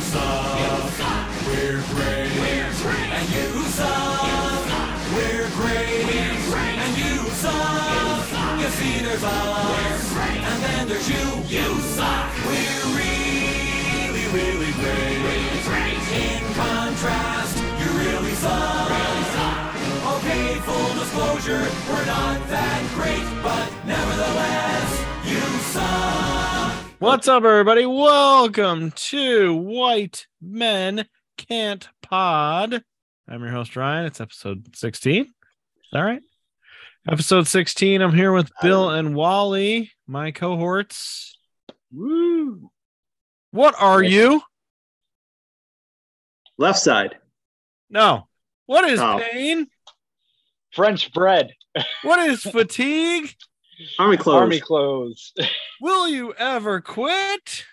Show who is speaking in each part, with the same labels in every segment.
Speaker 1: suck. We're great. And you suck. We're great. And you suck. You see, there's us. And then there's you. You suck. We're really, really great. In contrast, you really suck. Okay, full disclosure, we're not that great, but nevertheless, you suck.
Speaker 2: What's up, everybody? Welcome to White Men Can't Pod. I'm your host, Ryan. It's episode 16. Is that right? Episode 16. I'm here with Bill and Wally, my cohorts.
Speaker 3: Woo.
Speaker 2: What are you?
Speaker 3: Left side.
Speaker 2: No. What is
Speaker 3: Oh.
Speaker 2: pain?
Speaker 4: French bread,
Speaker 2: What is fatigue?
Speaker 3: Army clothes.
Speaker 4: army clothes.
Speaker 2: Will you ever quit?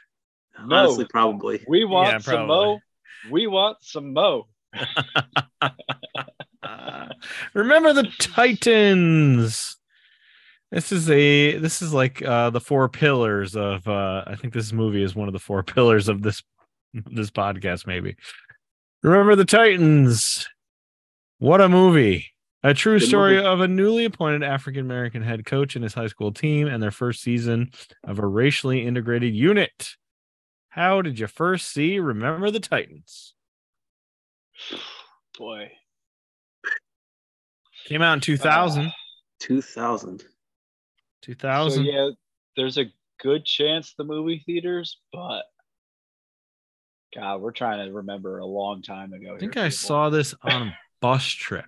Speaker 3: Honestly, probably.
Speaker 4: We want
Speaker 2: Yeah,
Speaker 4: some
Speaker 2: probably.
Speaker 4: mo. We want some mo.
Speaker 2: Uh, remember the titans this is a this is like uh the four pillars of uh i think this movie is one of the four pillars of this this podcast maybe remember the titans what a movie a true
Speaker 3: Good
Speaker 2: story
Speaker 3: movie.
Speaker 2: of a newly appointed african american head coach and his high school team and their first season of a racially integrated unit how did you first see remember the titans
Speaker 4: Boy.
Speaker 2: came out in 2000
Speaker 3: 2000.
Speaker 2: 2000
Speaker 4: So yeah, there's a good chance the movie theaters, but God, we're trying to remember a long time ago.
Speaker 2: I think
Speaker 4: here,
Speaker 2: I
Speaker 4: people.
Speaker 2: saw this on a bus trip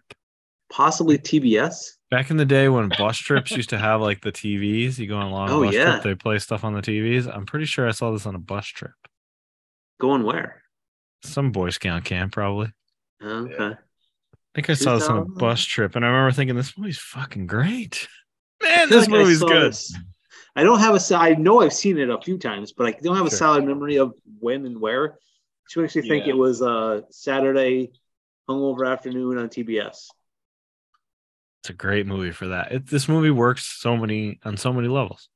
Speaker 3: Possibly TBS.
Speaker 2: back in the day when bus trips used to have like the TVs. You go on a long
Speaker 3: Oh,
Speaker 2: bus
Speaker 3: yeah.
Speaker 2: trip, they play stuff on the TVs. I'm pretty sure I saw this on a bus trip,
Speaker 3: Going where?
Speaker 2: some Boy Scout camp probably. I
Speaker 3: Okay.
Speaker 2: think I saw this on a
Speaker 3: 2000?
Speaker 2: bus trip, and I remember thinking this movie's fucking great. Man,
Speaker 3: I feel
Speaker 2: this
Speaker 3: like I
Speaker 2: movie's
Speaker 3: saw
Speaker 2: good.
Speaker 3: this. I don't have a. so- I know I've seen it a few times, but I don't have a
Speaker 2: Sure.
Speaker 3: solid memory of when and where. Which makes me think
Speaker 4: Yeah.
Speaker 3: it was uh, Saturday hungover afternoon on TBS.
Speaker 2: It's a great movie for that. It, this movie works so many on so many levels.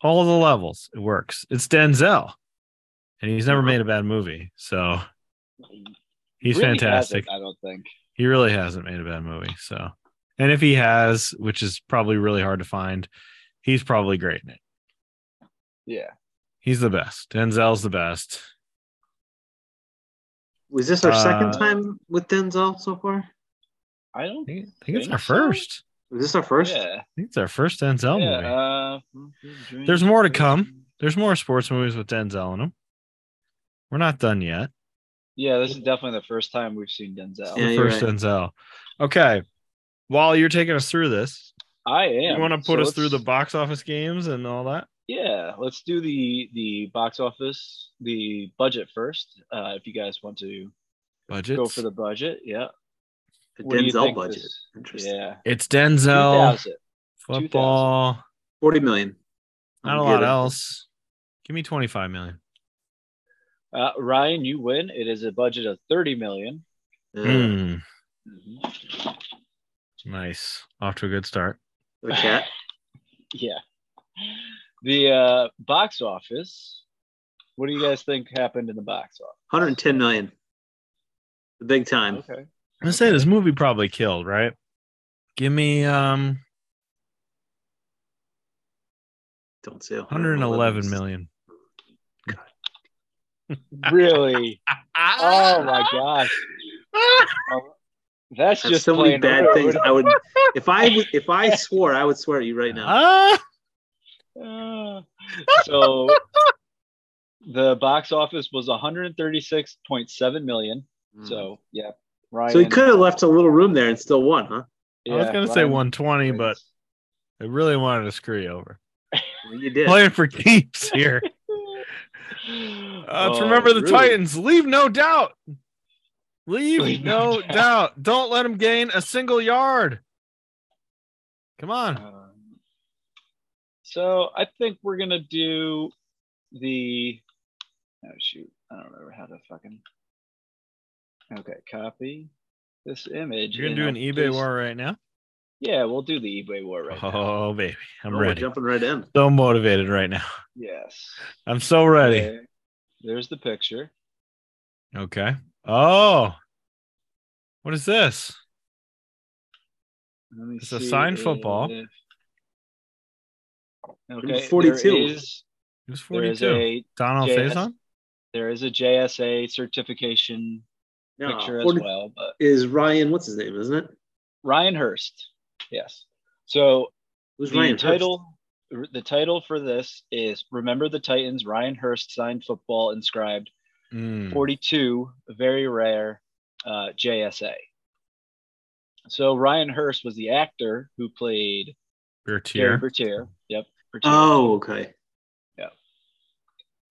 Speaker 2: All the levels, it works. It's Denzel, and he's never
Speaker 3: Yeah.
Speaker 2: made a bad movie, so he's
Speaker 4: Really hasn't,
Speaker 2: fantastic.
Speaker 4: I don't think.
Speaker 2: he really hasn't made a bad movie. So, and if he has, which is probably really hard to find, he's probably great in it.
Speaker 4: Yeah.
Speaker 2: He's the best. Denzel's the best.
Speaker 3: Was this our second
Speaker 2: Uh,
Speaker 3: time with Denzel so far?
Speaker 4: I
Speaker 2: I
Speaker 4: don't
Speaker 2: think, I think it's
Speaker 4: Think
Speaker 2: our
Speaker 4: so?
Speaker 2: first.
Speaker 3: Was this our first?
Speaker 4: Yeah.
Speaker 2: I think it's our first Denzel movie.
Speaker 4: yeah uh,
Speaker 2: There's more to come. There's more sports movies with Denzel in them. We're not done yet.
Speaker 4: Yeah, this is definitely the first time we've seen Denzel.
Speaker 3: Yeah,
Speaker 2: The
Speaker 3: you're
Speaker 2: first
Speaker 3: right.
Speaker 2: Denzel. Okay. While you're taking us through this,
Speaker 4: I am.
Speaker 2: you want to
Speaker 4: So
Speaker 2: put us through
Speaker 4: let's-
Speaker 2: the box office games and all that?
Speaker 4: Yeah, let's do the the box office, the budget first. Uh, if you guys want to
Speaker 2: Budget.
Speaker 4: go for the budget, yeah.
Speaker 3: The
Speaker 4: What do you
Speaker 3: Denzel
Speaker 4: think
Speaker 3: budget.
Speaker 4: this-
Speaker 3: Interesting.
Speaker 4: Yeah,
Speaker 2: It's
Speaker 4: 2000.
Speaker 2: Denzel, football.
Speaker 3: 40 million.
Speaker 2: Not a
Speaker 3: I'll
Speaker 2: lot
Speaker 3: give it.
Speaker 2: else. Give me 25 million.
Speaker 4: Uh, Ryan, you win. It is a budget of thirty million.
Speaker 3: Yeah.
Speaker 2: Mm, nice. Off to a good start.
Speaker 4: Hmm.
Speaker 3: The cat.
Speaker 4: Yeah. The uh, box office. What do you guys think happened in the box office?
Speaker 3: 110 million. The big time.
Speaker 4: Okay.
Speaker 2: I'm gonna say this movie probably killed, right? Give me um
Speaker 3: Don't say
Speaker 2: 111 million.
Speaker 4: Really? oh my gosh. Oh,
Speaker 3: That's
Speaker 4: that's just
Speaker 3: so many
Speaker 4: plain
Speaker 3: bad
Speaker 4: rude.
Speaker 3: things. I would if I would- if I swore, I would swear at you right now.
Speaker 2: Ah,
Speaker 4: Uh, so the box office was 136.7 million.
Speaker 3: Hmm. Mm.
Speaker 4: So yeah, Ryan.
Speaker 3: so he could have left a little room there and still won, huh?
Speaker 2: I was
Speaker 4: yeah,
Speaker 2: gonna say
Speaker 4: Ryan
Speaker 2: 120,
Speaker 4: wins.
Speaker 2: but I really wanted to screw you over.
Speaker 3: Well, you did.
Speaker 2: Playing for keeps here. Uh, let's
Speaker 4: Oh,
Speaker 2: remember the
Speaker 4: really?
Speaker 2: Titans. Leave no doubt. Leave,
Speaker 4: Leave no
Speaker 2: no doubt. Don't let them gain a single yard. Come on.
Speaker 4: Um, so I think we're gonna do the. Oh shoot! I don't remember how to fucking. Okay, copy this image.
Speaker 2: You're gonna
Speaker 4: and
Speaker 2: do an
Speaker 4: I'll
Speaker 2: eBay
Speaker 4: paste-
Speaker 2: war right now?
Speaker 4: Yeah, we'll do the eBay war right. now.
Speaker 2: Oh baby, I'm
Speaker 3: Oh, we're
Speaker 2: ready.
Speaker 3: jumping right in.
Speaker 2: So motivated right now.
Speaker 4: Yes.
Speaker 2: I'm so ready.
Speaker 4: There- There's the picture.
Speaker 2: Okay. Oh. What is this?
Speaker 4: Let me
Speaker 2: It's a signed football.
Speaker 4: if-
Speaker 3: Number
Speaker 4: Okay,
Speaker 3: 42.
Speaker 4: There is,
Speaker 2: It was
Speaker 4: there is
Speaker 2: 42.
Speaker 4: a
Speaker 2: Donald
Speaker 4: JS.
Speaker 2: Faison?
Speaker 4: there is a JSA certification
Speaker 3: No,
Speaker 4: picture as
Speaker 3: 40
Speaker 4: well, but
Speaker 3: is Ryan, what's his name, isn't it? It
Speaker 4: Ryan Hurst. Yes. So
Speaker 3: was
Speaker 4: the
Speaker 3: Ryan Hurst.
Speaker 4: title the title for this is Remember the Titans Ryan Hurst signed football inscribed
Speaker 2: Mm.
Speaker 4: 42 very rare uh, JSA. So Ryan Hurst was the actor who played Gary
Speaker 2: Bertier.
Speaker 4: Bertier. Yep. Bertier.
Speaker 3: Oh, okay.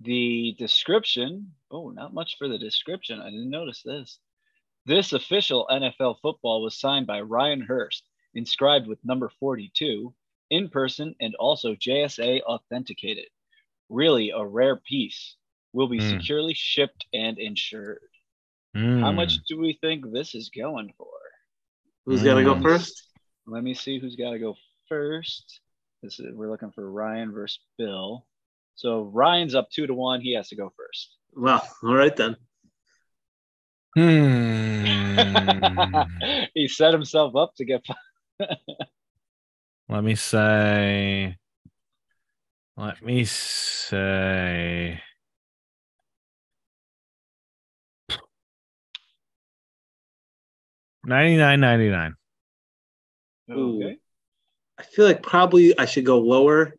Speaker 4: The description. Oh, not much for the description. I didn't notice this. This official NFL football was signed by Ryan Hurst, inscribed with number 42, in person and also JSA authenticated. Really a rare piece. Will be
Speaker 2: Hmm.
Speaker 4: securely shipped and insured. How
Speaker 2: Mm.
Speaker 4: much do we think this is going for?
Speaker 3: Who's got to go
Speaker 2: Mm.
Speaker 3: first?
Speaker 4: Let me see who's got to go first. This is, we're looking for Ryan versus Bill. So Ryan's up two to one. He has to go first.
Speaker 3: Well, all right then.
Speaker 2: Hmm.
Speaker 4: he set himself up to get.
Speaker 2: Let me say. Let me say. Ninety nine ninety nine.
Speaker 3: Ooh.
Speaker 4: Okay.
Speaker 3: I feel like probably I should go lower,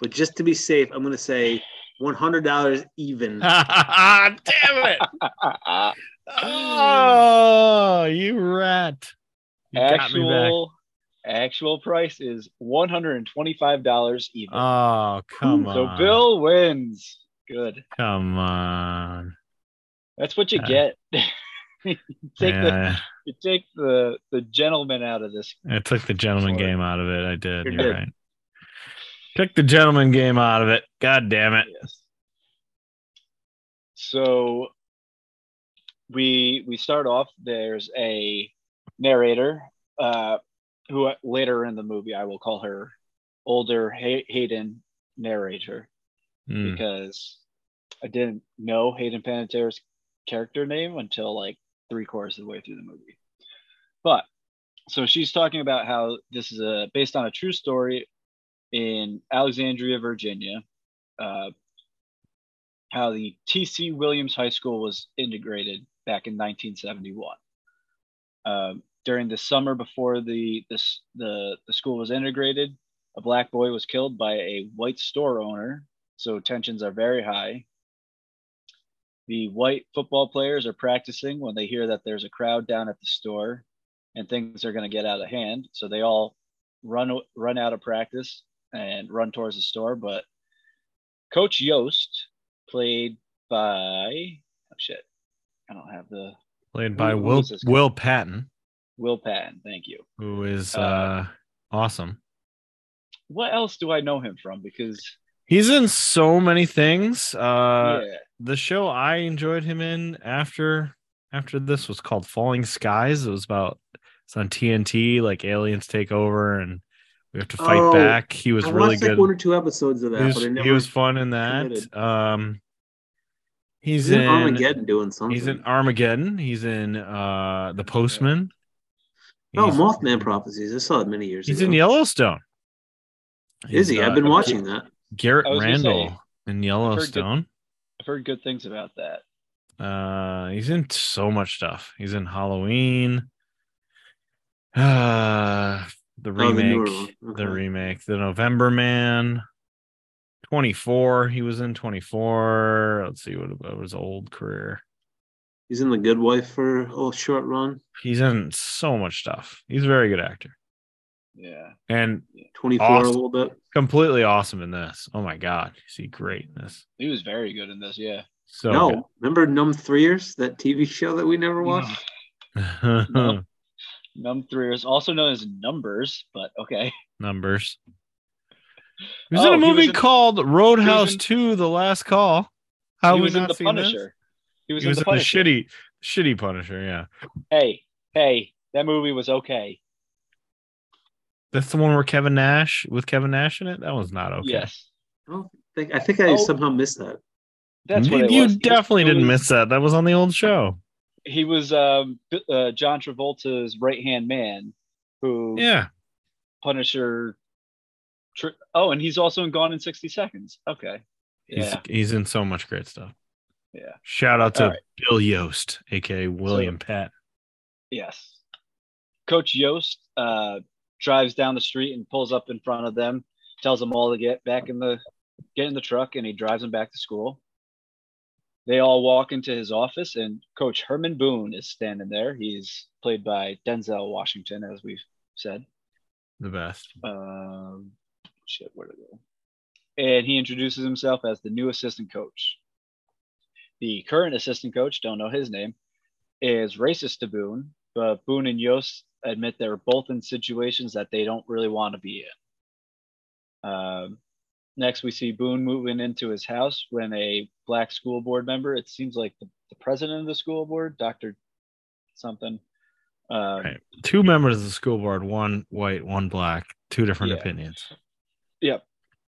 Speaker 3: but just to be safe, I'm going to say $100 even.
Speaker 2: Damn it!
Speaker 4: Uh,
Speaker 2: Oh, you rat! You
Speaker 4: actual actual price is one hundred and twenty five dollars even.
Speaker 2: got me back. Oh, come
Speaker 4: so
Speaker 2: on!
Speaker 4: Bill wins. Good.
Speaker 2: come on!
Speaker 4: That's what you
Speaker 2: Uh,
Speaker 4: get. you take the
Speaker 2: Yeah,
Speaker 4: you take the the gentleman out of this.
Speaker 2: I took the gentleman
Speaker 4: Sorry.
Speaker 2: game out of it. I did.
Speaker 3: You
Speaker 2: You're
Speaker 3: did.
Speaker 2: right. Took the gentleman game out of it. God damn it!
Speaker 4: Yes. So we we start off. There's a narrator uh, who I- later in the movie I will call her older Hay- Hayden narrator
Speaker 2: Hmm.
Speaker 4: because I didn't know Hayden Panettiere's character name until like three quarters of the way through the movie. But so she's talking about how this is a based on a true story in Alexandria, Virginia. Uh, how the T.C. Williams High School was integrated back in 1971. Um, during the summer before the, the s- the the school was integrated, a black boy was killed by a white store owner so tensions are very high. The white football players are practicing when they hear that there's a crowd down at the store and things are going to get out of hand. So they all run run out of practice and run towards the store. But Coach Yost, played by oh shit, I don't have the
Speaker 2: Played by
Speaker 4: who- who
Speaker 2: Will
Speaker 4: is this guy?
Speaker 2: Will Patton,
Speaker 4: Will Patton. Thank you.
Speaker 2: who is uh,
Speaker 4: Uh,
Speaker 2: awesome.
Speaker 4: What else do I know him from? Because
Speaker 2: He's in so many things. Uh,
Speaker 4: yeah,
Speaker 2: the show I enjoyed him in after after this was called Falling Skies. It was about it's on TNT. Like aliens take over and we have to fight
Speaker 3: Oh,
Speaker 2: back. He was
Speaker 3: I
Speaker 2: really
Speaker 3: watched like
Speaker 2: good.
Speaker 3: one or two episodes of that,
Speaker 2: he, was,
Speaker 3: but I never.
Speaker 2: he was fun in that.
Speaker 3: committed.
Speaker 2: Um, he's,
Speaker 3: he's
Speaker 2: in,
Speaker 3: in Armageddon doing something.
Speaker 2: He's in Armageddon. He's in uh, The Postman.
Speaker 3: oh,
Speaker 2: He's-
Speaker 3: Mothman prophecies. I saw it many years
Speaker 2: He's
Speaker 3: ago.
Speaker 2: in Yellowstone.
Speaker 3: Is he?
Speaker 2: He's,
Speaker 3: I've
Speaker 2: uh,
Speaker 3: been watching that.
Speaker 2: Garrett
Speaker 4: I was gonna say,
Speaker 2: Randall in Yellowstone.
Speaker 4: I've heard good things about that.
Speaker 2: Uh, he's in so much stuff. He's in Halloween. Uh, the
Speaker 3: Oh, the newer
Speaker 2: remake,
Speaker 3: one.
Speaker 2: the
Speaker 3: Okay.
Speaker 2: remake, the November Man. 24. He was in 24. Let's see what about his old career.
Speaker 3: He's in The Good Wife for a oh, short run.
Speaker 2: He's in so much stuff. He's a very good actor
Speaker 4: Yeah.
Speaker 2: and
Speaker 3: 24 a
Speaker 2: Awesome.
Speaker 3: little bit.
Speaker 2: completely awesome in this. Oh my god, is he great in this?
Speaker 4: He was very good in this, yeah.
Speaker 2: So
Speaker 3: no, remember Numb Three Years, that TV show that we never watched?
Speaker 2: good.
Speaker 4: No. Num three is also known as numbers, but okay.
Speaker 2: numbers. He was
Speaker 4: Oh,
Speaker 2: in
Speaker 4: he
Speaker 2: a
Speaker 4: was
Speaker 2: movie
Speaker 4: in-
Speaker 2: called Roadhouse
Speaker 4: in-
Speaker 2: 2 The Last Call. How
Speaker 4: he
Speaker 2: have
Speaker 4: was
Speaker 2: we
Speaker 4: in
Speaker 2: not
Speaker 4: the
Speaker 2: seen this?
Speaker 4: Punisher. He was
Speaker 2: He
Speaker 4: in
Speaker 2: was
Speaker 4: the
Speaker 2: in the
Speaker 4: Punisher.
Speaker 2: shitty shitty Punisher, yeah.
Speaker 4: Hey, hey, that movie was okay.
Speaker 2: That's the one where Kevin Nash with Kevin Nash in it. That one's not okay.
Speaker 4: Yes.
Speaker 2: Mm.
Speaker 3: I don't think I think I
Speaker 4: Oh.
Speaker 3: somehow missed that.
Speaker 4: That's what it
Speaker 2: you
Speaker 4: was. He was
Speaker 2: definitely didn't
Speaker 4: doing-
Speaker 2: miss that. That was on the old show.
Speaker 4: He was um, B- uh, John Travolta's right hand man, who
Speaker 2: Yeah.
Speaker 4: Punisher. Tr- oh, and he's also in Gone in sixty seconds. Okay,
Speaker 2: He's
Speaker 4: yeah,
Speaker 2: he's in so much great stuff.
Speaker 4: Yeah.
Speaker 2: Shout out to
Speaker 4: All right.
Speaker 2: Bill Yost, aka William Pat.
Speaker 4: yes. Coach Yost uh, drives down the street and pulls up in front of them, tells them all to get back in the get in the truck, and he drives them back to school. They all walk into his office, and Coach Herman Boone is standing there. He's played by Denzel Washington, as we've said.
Speaker 2: The best.
Speaker 4: um, shit, where did it go? And he introduces himself as the new assistant coach. The current assistant coach, don't know his name, is racist to Boone, but Boone and Yost admit they're both in situations that they don't really want to be in. Um, next, we see Boone moving into his house when a black school board member, it seems like the, the president of the school board, Dr. something, um,
Speaker 2: Right. Two members of the school board, one white, one black, two different
Speaker 4: Yeah.
Speaker 2: opinions.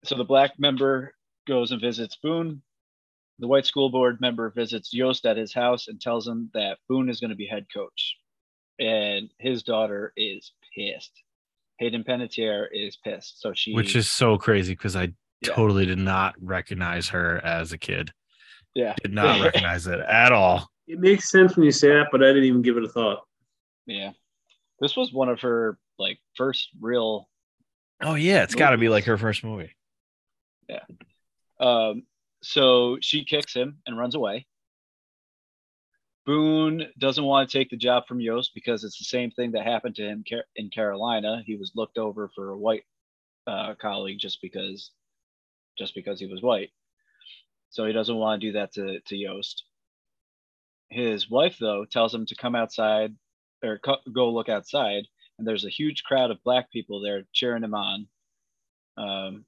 Speaker 4: so the black member goes and visits Boone. The white school board member visits Yost at his house and tells him that Boone is going to be head coach. And his daughter is pissed. Hayden Panettiere is pissed. So she
Speaker 2: Which is so crazy because I
Speaker 4: Yeah.
Speaker 2: totally did not recognize her as a kid.
Speaker 4: yeah.
Speaker 2: Did not recognize it at all.
Speaker 3: It makes sense when you say that, but I didn't even give it a thought.
Speaker 4: Yeah. This was one of her like first real
Speaker 2: Oh yeah, it's gotta be like her first movie.
Speaker 4: Um, so she kicks him and runs away. Boone doesn't want to take the job from Yost because it's the same thing that happened to him Car- in Carolina. He was looked over for a white uh, colleague just because, just because he was white. So he doesn't want to do that to, to Yost. His wife, though, tells him to come outside or co- go look outside. And there's a huge crowd of black people there cheering him on. Um,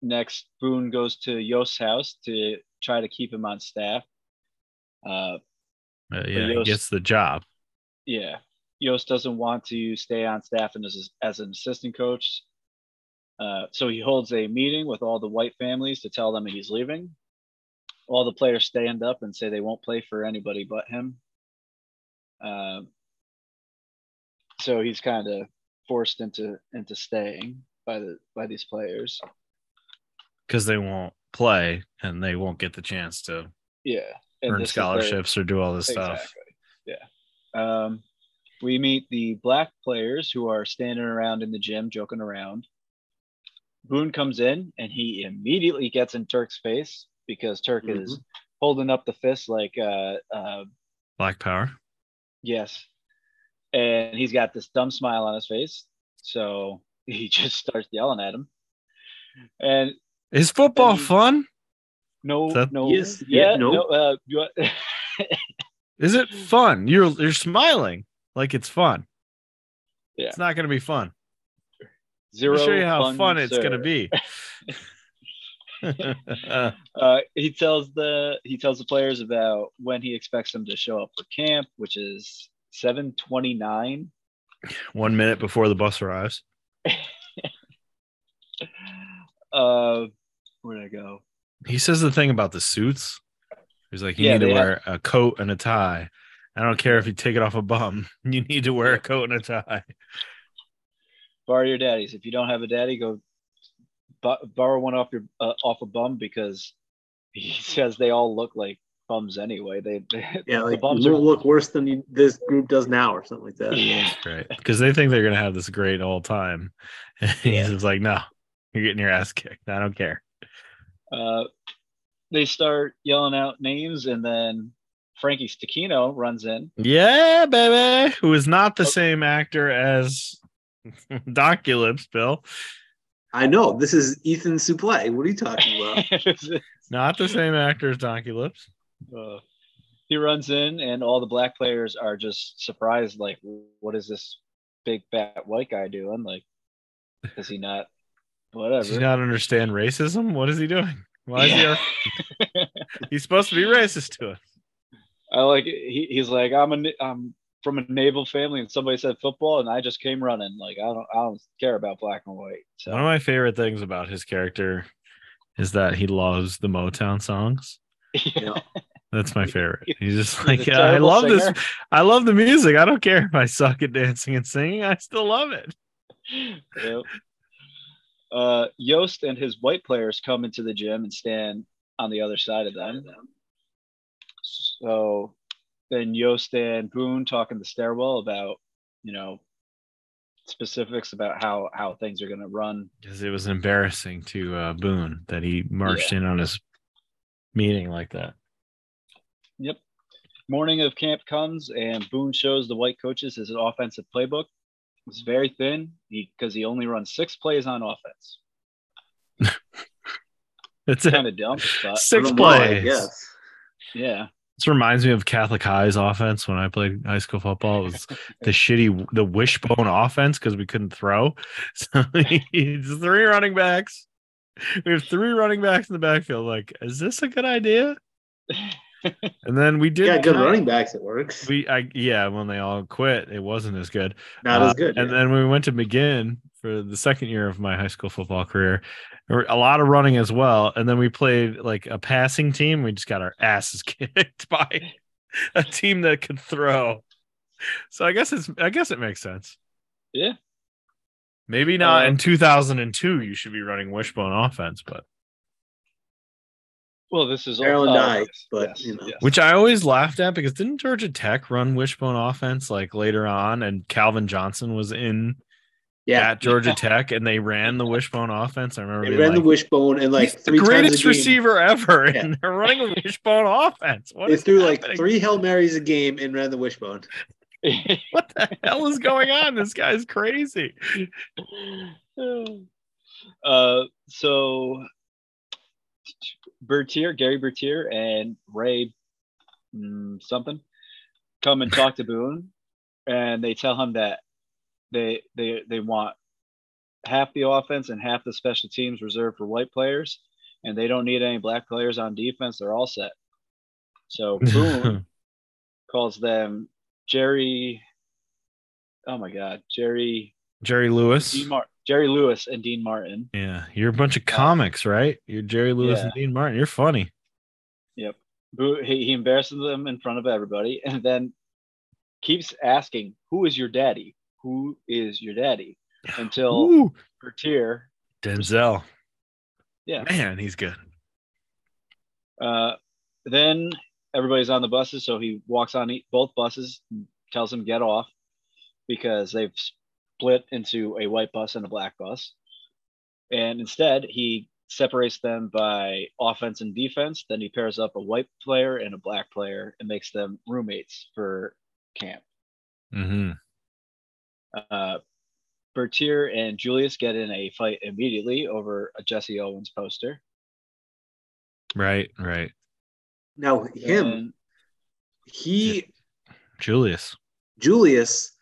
Speaker 4: next boone goes to yost's house to try to keep him on staff uh
Speaker 2: Uh, yeah, he
Speaker 4: Yost-
Speaker 2: gets the job.
Speaker 4: yeah yost doesn't want to stay on staff and as, as an assistant coach uh, so he holds a meeting with all the white families to tell them he's leaving all the players stand up and say they won't play for anybody but him um, so he's kind of forced into into staying by the by these players
Speaker 2: because they won't play and they won't get the chance to
Speaker 4: yeah and
Speaker 2: earn
Speaker 4: this is their-
Speaker 2: scholarships or do all this stuff.
Speaker 4: Exactly. Yeah. Um, we meet the black players who are standing around in the gym, joking around. Boone comes in and he immediately gets in Turk's face because Turk is
Speaker 3: Mm-hmm.
Speaker 4: holding up the fist like, uh, uh,
Speaker 2: Black power.
Speaker 4: yes. And he's got this dumb smile on his face. So he just starts yelling at him. And
Speaker 2: Is football
Speaker 4: Then-
Speaker 2: fun?
Speaker 4: no,
Speaker 2: That-
Speaker 4: no,
Speaker 3: Yes,
Speaker 4: yeah,
Speaker 3: yeah, no.
Speaker 4: no, uh, you-
Speaker 2: Is it fun? You're you're smiling like it's fun.
Speaker 4: Yeah.
Speaker 2: It's not gonna be fun.
Speaker 4: zero.
Speaker 2: I'll show you how fun, it's
Speaker 4: sir.
Speaker 2: gonna be.
Speaker 4: Uh, he tells the he tells the players about when he expects them to show up for camp, which is 7:29.
Speaker 2: One minute before the bus arrives.
Speaker 4: Uh, where would I go?
Speaker 2: He says the thing about the suits. He's like, you
Speaker 4: Yeah,
Speaker 2: need to
Speaker 4: they have-
Speaker 2: wear a coat and a tie. I don't care if you take it off a bum. You need to wear a coat and a tie.
Speaker 4: Borrow your daddies. If you don't have a daddy, go bo- borrow one off your uh, off a bum because he says they all look like bums anyway. They, they
Speaker 3: Yeah, like
Speaker 4: bums
Speaker 3: you
Speaker 4: are-
Speaker 3: won't look worse than you, this group does now, or something like that.
Speaker 4: yeah.
Speaker 2: Right. Because they think they're going to have this great all time. And he's just like, no, you're getting your ass kicked. I don't care.
Speaker 4: Uh, they start yelling out names, and then Frankie Stakino runs in.
Speaker 2: Yeah, baby. Who is not the
Speaker 4: Oh.
Speaker 2: same actor as Doculips, Bill.
Speaker 3: I know. This is Ethan Suplee. What are you talking about?
Speaker 2: Not the same actor as Doculips.
Speaker 4: Uh, he runs in, and all the black players are just surprised. Like, what is this big fat white guy doing? Like, is he not?
Speaker 2: Does he
Speaker 4: Whatever.
Speaker 2: not understand racism? What is he doing? Why is he?
Speaker 4: Yeah.
Speaker 2: Our- he's supposed to be racist to us.
Speaker 4: I like. He, he's like, I'm a, na- I'm from a naval family, and somebody said football, and I just came running. Like, I don't, I don't care about black and white. So
Speaker 2: One of my favorite things about his character is that he loves the Motown songs.
Speaker 4: Yeah.
Speaker 2: That's my favorite. He's just
Speaker 4: He's a
Speaker 2: like, yeah, I
Speaker 4: terrible
Speaker 2: love
Speaker 4: singer.
Speaker 2: this. I love the music. I don't care if I suck at dancing and singing. I still love it.
Speaker 4: Yep. Uh, Yost and his white players come into the gym and stand on the other side of them. So then Yost and Boone talk in the stairwell about, you know, specifics about how how things are going to run.
Speaker 2: Because it was embarrassing to uh, Boone that he marched in on his meeting like that.
Speaker 4: Morning of camp comes and Boone shows the white coaches his offensive playbook. It's very thin because he only runs six plays on offense.
Speaker 2: That's it.
Speaker 4: Kind of dumb, but
Speaker 2: Six
Speaker 3: I don't know why, I
Speaker 2: plays.
Speaker 3: guess.
Speaker 4: yeah.
Speaker 2: This reminds me of Catholic High's offense when I played high school football. It was the shitty, the wishbone offense because we couldn't throw. So it's three running backs. We have three running backs in the backfield. Like, is this a good idea? And then we did.
Speaker 3: Yeah, good
Speaker 2: kinda-
Speaker 3: running backs. It works.
Speaker 2: We, I, yeah, when they all quit, it wasn't as good.
Speaker 3: Not
Speaker 2: Uh,
Speaker 3: as good.
Speaker 2: And then we went to McGinn for the second year of my high school football career. There were A lot of running as well. And then we played like a passing team. We just got our asses kicked by a team that could throw. So I guess it's I guess it makes sense.
Speaker 4: Yeah.
Speaker 2: Maybe not
Speaker 4: Uh,
Speaker 2: in 2002 you should be running wishbone offense, but
Speaker 4: Well, this is
Speaker 3: Maryland
Speaker 4: oh,
Speaker 3: died,
Speaker 4: yes,
Speaker 3: but,
Speaker 4: yes,
Speaker 3: you know.
Speaker 4: yes.
Speaker 2: which I always laughed at because didn't Georgia Tech run wishbone offense like later on and Calvin Johnson was in
Speaker 3: yeah,
Speaker 2: at Georgia Tech and they ran the wishbone offense. I remember
Speaker 3: they
Speaker 2: being
Speaker 3: ran
Speaker 2: like,
Speaker 3: the wishbone and like
Speaker 2: He's
Speaker 3: three
Speaker 2: the
Speaker 3: times
Speaker 2: greatest
Speaker 3: a game.
Speaker 2: receiver ever, and
Speaker 3: Yeah.
Speaker 2: they're running a wishbone offense. What
Speaker 3: They
Speaker 2: is
Speaker 3: threw like
Speaker 2: happening?
Speaker 3: three hail marys a game and ran the wishbone.
Speaker 2: What the hell is going on? This guy's crazy.
Speaker 4: uh, so Bertier, Gary Bertier, and Ray mm, something come and talk to Boone, and they tell him that they they they want half the offense and half the special teams reserved for white players, and they don't need any black players on defense. They're all set. So Boone calls them Jerry. Oh my God, Jerry
Speaker 2: Jerry Lewis.
Speaker 4: Dean Mar- Jerry Lewis and Dean Martin.
Speaker 2: Yeah, you're a bunch of comics, right? You're Jerry Lewis
Speaker 4: Yeah.
Speaker 2: and Dean Martin. You're funny.
Speaker 4: Boo- He, he embarrasses them in front of everybody and then keeps asking, Who is your daddy? Who is your daddy? Until
Speaker 2: Ooh,
Speaker 4: Bertier,
Speaker 2: Denzel.
Speaker 4: Yeah.
Speaker 2: man, he's good.
Speaker 4: uh, then everybody's on the buses. So he walks on e- both buses, and tells them get off because they've split into a white bus and a black bus. And instead, he separates them by offense and defense. Then he pairs up a white player and a black player and makes them roommates for camp.
Speaker 2: hmm
Speaker 4: Uh, Bertier and Julius get in a fight immediately over a Jesse Owens poster.
Speaker 2: Right, right.
Speaker 3: Now him,
Speaker 4: And-
Speaker 3: he
Speaker 2: Julius.
Speaker 3: Julius,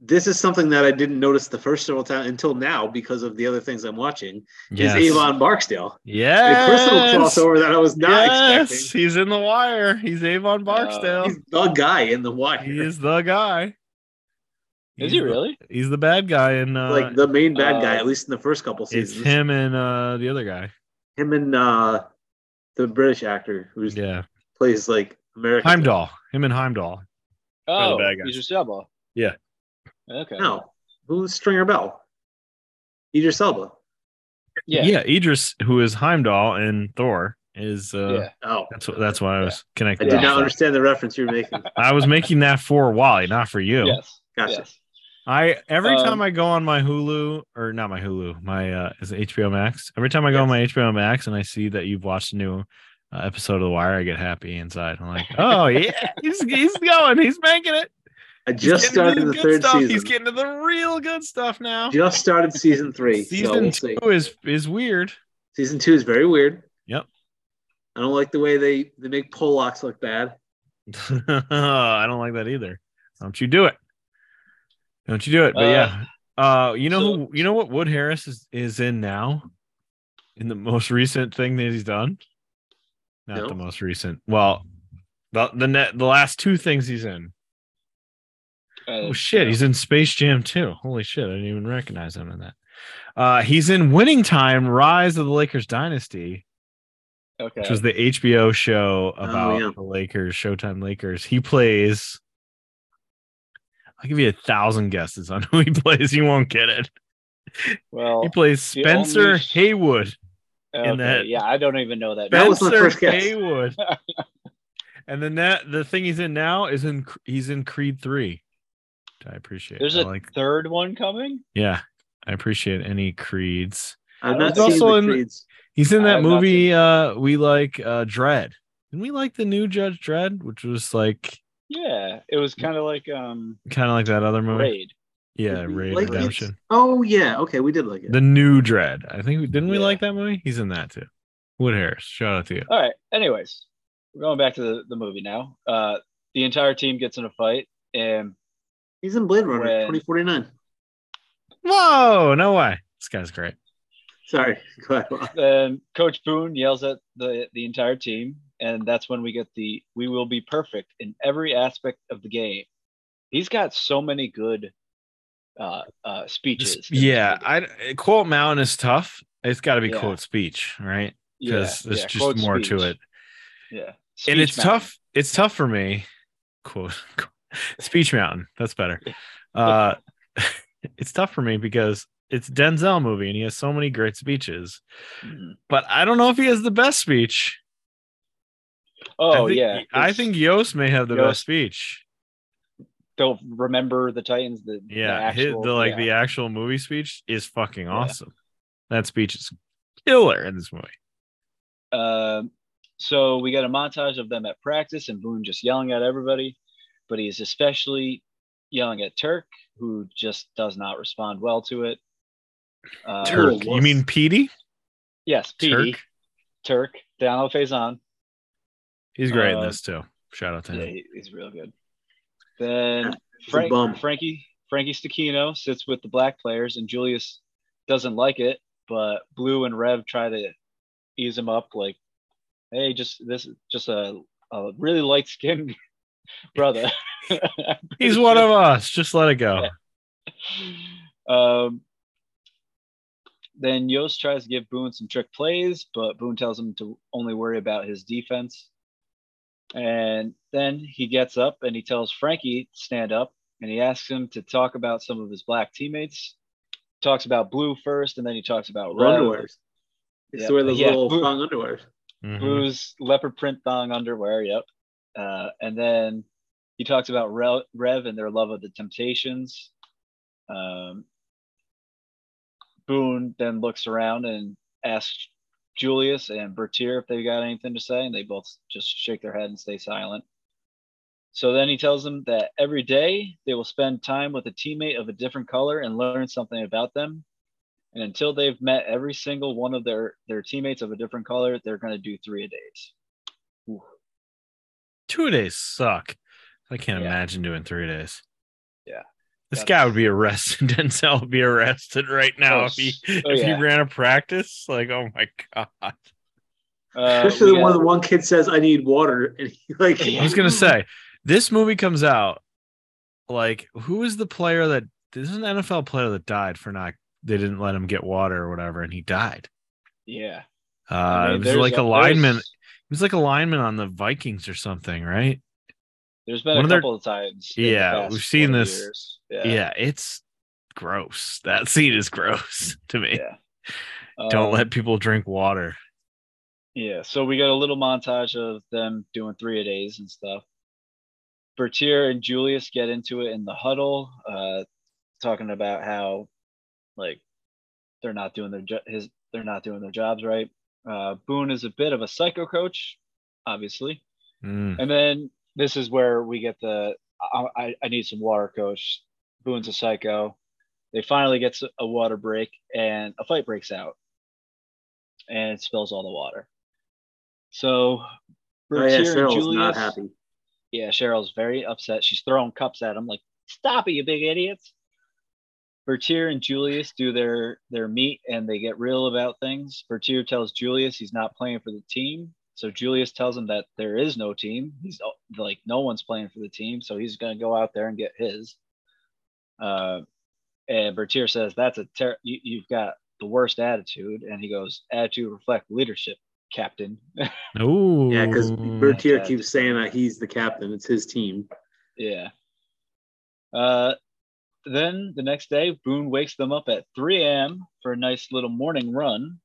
Speaker 3: this is something that I didn't notice the first several times until now because of the other things I'm watching.
Speaker 2: Yes.
Speaker 3: Is Avon Barksdale
Speaker 2: Yes.
Speaker 3: a personal crossover that I was not
Speaker 2: yes.
Speaker 3: expecting?
Speaker 2: He's in the wire. He's Avon Barksdale.
Speaker 3: He's the guy in the wire,
Speaker 2: he is the guy.
Speaker 4: is
Speaker 2: He's
Speaker 4: he
Speaker 2: the-
Speaker 4: really?
Speaker 2: He's the bad guy in uh,
Speaker 3: like the main bad guy,
Speaker 4: uh,
Speaker 3: at least in the first couple
Speaker 2: It's
Speaker 3: seasons.
Speaker 2: him and uh the other guy.
Speaker 3: Him and uh, the British actor who
Speaker 2: Yeah.
Speaker 3: plays like American.
Speaker 2: Heimdall. Him and Heimdall.
Speaker 4: Oh,
Speaker 2: bad guy.
Speaker 4: he's your Selba.
Speaker 2: Yeah.
Speaker 4: Okay.
Speaker 3: No, who's Stringer Bell? Idris Elba.
Speaker 4: Yeah.
Speaker 2: Yeah, Idris, who is Heimdall in Thor, is uh
Speaker 4: yeah.
Speaker 3: Oh,
Speaker 2: that's what that's why I was
Speaker 3: I
Speaker 2: connected.
Speaker 3: did
Speaker 2: with
Speaker 3: not
Speaker 2: that.
Speaker 3: understand the reference you're making.
Speaker 2: I was making that for Wally, not for you.
Speaker 4: Yes.
Speaker 3: Gotcha.
Speaker 4: Yes.
Speaker 2: I every
Speaker 4: Um,
Speaker 2: time I go on my Hulu or not my Hulu, my uh is it HBO Max. Every time I go on my HBO Max and I see that you've watched a new uh, episode of The Wire, I get happy inside. I'm like, oh yeah, he's he's going, he's making it.
Speaker 3: I
Speaker 2: He's
Speaker 3: just
Speaker 2: getting to
Speaker 3: started the
Speaker 2: good
Speaker 3: third
Speaker 2: stuff.
Speaker 3: season.
Speaker 2: He's getting to the real good stuff now.
Speaker 3: just started season three. so
Speaker 2: Season
Speaker 3: we'll
Speaker 2: two
Speaker 3: see.
Speaker 2: is is weird.
Speaker 3: Season two is very weird.
Speaker 2: Yep.
Speaker 3: I don't like the way they they make Polacks look bad.
Speaker 2: I don't like that either. Don't you do it? Don't you do it? But
Speaker 4: Uh,
Speaker 2: yeah, uh, you know
Speaker 4: so-
Speaker 2: who? You know what? Wood Harris is is in now, in the most recent thing that he's done. Not
Speaker 3: No.
Speaker 2: the most recent. Well, the the net the last two things he's in.
Speaker 4: Uh,
Speaker 2: Oh shit, he's in Space Jam too. Holy shit, I didn't even recognize him in that. Uh, he's in Winning Time: Rise of the Lakers Dynasty.
Speaker 4: Okay. Oh,
Speaker 2: which was the HBO show about
Speaker 3: yeah.
Speaker 2: the Lakers, Showtime Lakers. He plays. I'll give you a thousand guesses on who he plays. You won't get it.
Speaker 4: well,
Speaker 2: He plays
Speaker 4: the only-
Speaker 2: Spencer Haywood.
Speaker 4: okay,
Speaker 2: that-
Speaker 4: yeah, I don't even know that.
Speaker 3: That
Speaker 4: name.
Speaker 3: was my
Speaker 2: Spencer
Speaker 3: first guess.
Speaker 2: Haywood. and then that the thing he's in now is in he's in Creed Three. which I appreciate.
Speaker 4: There's
Speaker 2: I
Speaker 4: a
Speaker 2: like
Speaker 4: third one coming.
Speaker 2: yeah. I appreciate any creeds.
Speaker 3: I've
Speaker 4: I
Speaker 3: not
Speaker 4: was
Speaker 3: seen
Speaker 2: also
Speaker 3: the
Speaker 2: in-
Speaker 3: Creeds.
Speaker 2: He's in
Speaker 4: I
Speaker 2: that
Speaker 4: have not
Speaker 2: movie uh we like uh Dread. Didn't we like the new Judge Dread, which was like
Speaker 4: Yeah, it was kind of like um
Speaker 2: kind of like that other movie?
Speaker 4: Raid.
Speaker 2: Yeah,
Speaker 3: Did we
Speaker 2: Raid
Speaker 3: like it?
Speaker 2: Redemption.
Speaker 3: Oh yeah, okay, we did like it.
Speaker 2: The new Dread. I think we didn't we
Speaker 4: Yeah.
Speaker 2: like that movie? He's in that too. Wood Harris, shout out to you.
Speaker 4: All right. Anyways, we're going back to the, the movie now. Uh, the entire team gets in a fight, and
Speaker 3: He's in Blade Runner
Speaker 4: When-
Speaker 3: 2049.
Speaker 2: Whoa, no way. This guy's great.
Speaker 3: Sorry, go ahead.
Speaker 4: then Coach Boone yells at the the entire team, and that's when we get the "We will be perfect in every aspect of the game." He's got so many good uh, uh, speeches.
Speaker 2: Just- yeah, I quote mountain is tough. It's got to be
Speaker 4: Yeah.
Speaker 2: quote speech, right?
Speaker 4: Yeah,
Speaker 2: Because there's
Speaker 4: yeah,
Speaker 2: just
Speaker 4: quote
Speaker 2: more to
Speaker 4: speech.
Speaker 2: it,
Speaker 4: Yeah,
Speaker 2: and
Speaker 4: Speech
Speaker 2: it's
Speaker 4: mountain.
Speaker 2: tough. It's tough for me. Quote speech mountain. That's better. Uh, it's tough for me because it's Denzel movie, and he has so many great speeches.
Speaker 4: Mhm.
Speaker 2: But I don't know if he has the best speech.
Speaker 4: Oh
Speaker 2: I think,
Speaker 4: yeah,
Speaker 2: I
Speaker 4: it's-
Speaker 2: think Yost may have the
Speaker 4: Yost-
Speaker 2: best speech.
Speaker 4: they'll remember the Titans. The the
Speaker 2: Yeah, his-
Speaker 4: actual-
Speaker 2: the, like
Speaker 4: yeah.
Speaker 2: the actual movie speech is fucking
Speaker 4: Yeah.
Speaker 2: awesome. That speech is killer in this movie.
Speaker 4: Um, so we got a montage of them at practice and Boone just yelling at everybody, but he's especially yelling at Turk, who just does not respond well to it. Uh,
Speaker 3: Turk.
Speaker 2: You mean Petey?
Speaker 4: Yes, PD,
Speaker 2: Turk?
Speaker 4: Turk, Donald Faison.
Speaker 2: He's great
Speaker 4: Uh,
Speaker 2: in this too. Shout out to
Speaker 4: Yeah,
Speaker 2: him.
Speaker 4: he- he's real good. Then
Speaker 3: He's a bum.
Speaker 4: Frank, Frankie Frankie Stakino sits with the black players, and Julius doesn't like it, but Blue and Rev try to ease him up, like, "Hey, just this is just a, a really light skinned brother."
Speaker 2: He's one of us. Just let it go.
Speaker 4: um, then Yost tries to give Boone some trick plays, but Boone tells him to only worry about his defense. And then he gets up and he tells Frankie to stand up and he asks him to talk about some of his black teammates. Talks about Blue first and then he talks about Rev.
Speaker 3: underwears. They
Speaker 4: Yeah,
Speaker 3: wear those
Speaker 4: yeah,
Speaker 3: little
Speaker 4: blue-
Speaker 3: thong underwears.
Speaker 2: Mhm.
Speaker 4: Blue's leopard print thong underwear. Yep. Uh, and then he talks about Rev, Rev and their love of the Temptations. Um, Boone then looks around and asks Julius and Bertier if they got anything to say, and they both just shake their head and stay silent. So then he tells them that every day they will spend time with a teammate of a different color and learn something about them and until they've met every single one of their their teammates of a different color, they're going to do three a days.
Speaker 2: Two days suck. I can't
Speaker 4: Yeah.
Speaker 2: imagine doing three days.
Speaker 4: Yeah.
Speaker 2: This
Speaker 4: That's-
Speaker 2: guy would be arrested. Denzel would be arrested right now
Speaker 4: Oh,
Speaker 2: if he
Speaker 4: s- oh,
Speaker 2: if
Speaker 4: yeah.
Speaker 2: he ran a practice. Like, oh my god.
Speaker 4: Uh,
Speaker 3: Especially
Speaker 4: we
Speaker 3: the one
Speaker 4: got-
Speaker 3: the one kid says, "I need water," and he like.
Speaker 2: I was gonna say this movie comes out. Like, who is the player that this is an NFL player that died for not they didn't let him get water or whatever, and he died.
Speaker 4: yeah,
Speaker 2: Uh,
Speaker 4: I mean,
Speaker 2: it was
Speaker 4: there's
Speaker 2: like a
Speaker 4: there's-
Speaker 2: lineman. It was like a lineman on the Vikings or something, right?
Speaker 4: There's been
Speaker 2: One
Speaker 4: a
Speaker 2: of their-
Speaker 4: couple of times. in the
Speaker 2: Yeah,
Speaker 4: past
Speaker 2: we've seen
Speaker 4: 20
Speaker 2: this.
Speaker 4: years.
Speaker 2: Yeah, it's gross. That scene is gross to me.
Speaker 4: Yeah.
Speaker 2: Don't
Speaker 4: Um,
Speaker 2: let people drink water.
Speaker 4: Yeah, so we got a little montage of them doing three a days and stuff. Bertier and Julius get into it in the huddle, uh, talking about how like they're not doing their jo- his they're not doing their jobs right. Uh, Boone is a bit of a psycho coach, obviously.
Speaker 2: Mm.
Speaker 4: And then this is where we get the I, I, I need some water, coach. Boone's a psycho. They finally get a water break, and a fight breaks out, and it spills all the water. So,
Speaker 3: Oh, yeah,
Speaker 4: Bertier and
Speaker 3: Cheryl's not
Speaker 4: Julius-
Speaker 3: happy.
Speaker 4: yeah, Cheryl's very upset. She's throwing cups at him, like, stop it, you big idiots. Bertier and Julius do their their meet and they get real about things. Bertier tells Julius he's not playing for the team. So Julius tells him that there is no team. He's uh, like no one's playing for the team, so he's gonna go out there and get his. Uh, and Bertier says that's a ter- you, you've got the worst attitude, and he goes attitude reflect leadership. captain.
Speaker 2: Oh,
Speaker 3: Yeah, because Bertier
Speaker 4: Yeah.
Speaker 3: keeps saying that he's the captain. It's his team.
Speaker 4: yeah. Uh, then the next day, Boone wakes them up at 3 a.m. for a nice little morning run.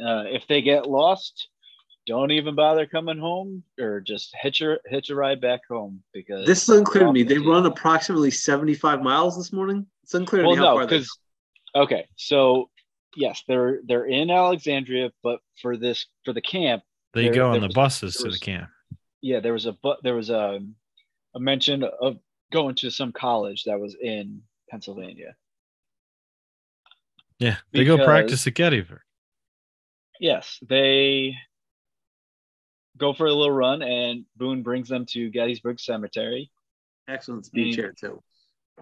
Speaker 4: Uh, if they get lost, don't even bother coming home or just hitch a, hitch a ride back home because
Speaker 3: This is unclear to me. They
Speaker 4: Yeah.
Speaker 3: run approximately 75 miles this morning. It's unclear to
Speaker 4: well
Speaker 3: me how
Speaker 4: no
Speaker 3: far they
Speaker 4: because okay so yes they're they're in alexandria but for this for the camp
Speaker 2: they
Speaker 4: there-
Speaker 2: go on
Speaker 4: there
Speaker 2: the
Speaker 4: was-
Speaker 2: buses
Speaker 4: there
Speaker 2: to the
Speaker 4: was-
Speaker 2: camp.
Speaker 4: yeah there was a but there was a, a mention of going to some college that was in pennsylvania
Speaker 2: Yeah, they go
Speaker 4: because-
Speaker 2: practice at Gettysburg.
Speaker 4: yes they go for a little run and boone brings them to gettysburg cemetery
Speaker 3: Excellent speech
Speaker 4: Mm.
Speaker 3: here too.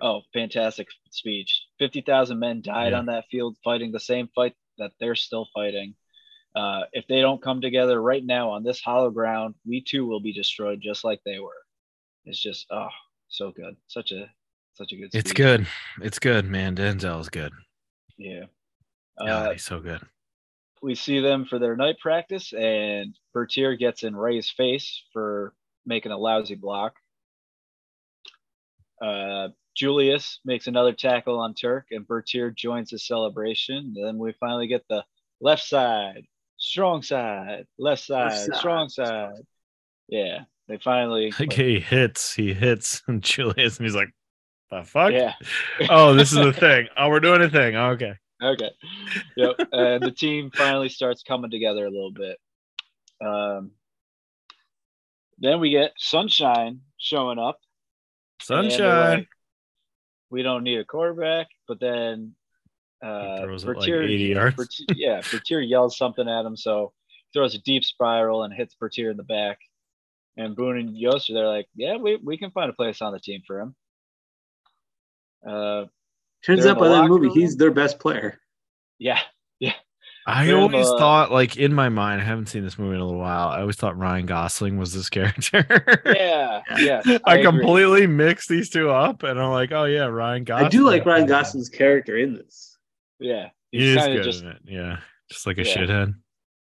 Speaker 4: oh fantastic speech 50000 men died
Speaker 2: Yeah.
Speaker 4: on that field fighting the same fight that they're still fighting uh, if they don't come together right now on this hollow ground we too will be destroyed just like they were it's just oh so good such a such a good
Speaker 2: It's
Speaker 4: speech.
Speaker 2: good. It's good, man. Denzel is good.
Speaker 4: yeah
Speaker 2: God,
Speaker 4: uh,
Speaker 2: he's so good.
Speaker 4: we see them for their night practice, and Bertier gets in Ray's face for making a lousy block. Uh, Julius makes another tackle on Turk, and Bertier joins the celebration. Then we finally get the left side, strong side, left side,
Speaker 3: Left side.
Speaker 4: strong side. Yeah, they finally.
Speaker 2: Like he hits, he hits, and Julius, and he's like, "The fuck?
Speaker 4: Yeah.
Speaker 2: Oh, this is the thing. Oh, we're doing a thing. Oh, okay.
Speaker 4: okay. Yep. and the team finally starts coming together a little bit. Um, then we get Sunshine showing up. and they're
Speaker 2: Sunshine
Speaker 4: like, we don't need a quarterback. But then
Speaker 2: He
Speaker 4: uh,
Speaker 2: throws it like
Speaker 4: Bertier-
Speaker 2: 80 yards.
Speaker 4: Berti- yeah, Bertier yells something at him. So throws a deep spiral and hits Bertier in the back. And Boone and Yost are there like, yeah, we, we can find a place on the team for him. Uh,
Speaker 3: Turns
Speaker 4: They're
Speaker 3: out
Speaker 4: in
Speaker 3: by
Speaker 4: the
Speaker 3: the end of
Speaker 4: locker
Speaker 3: the movie,
Speaker 4: room.
Speaker 3: he's their best player.
Speaker 4: yeah.
Speaker 2: I
Speaker 4: bit of
Speaker 2: always
Speaker 4: a-
Speaker 2: thought, like in my mind, I haven't seen this movie in a little while. I always thought Ryan Gosling was this character.
Speaker 4: Yeah. Yeah.
Speaker 2: I,
Speaker 4: agree.
Speaker 2: completely mixed these two up, and I'm like, oh yeah, Ryan Gosling.
Speaker 3: I do like Ryan Gosling's character in this.
Speaker 4: Yeah.
Speaker 2: He is
Speaker 4: kinda
Speaker 2: good in it. Yeah, just like a
Speaker 4: Yeah.
Speaker 2: shithead.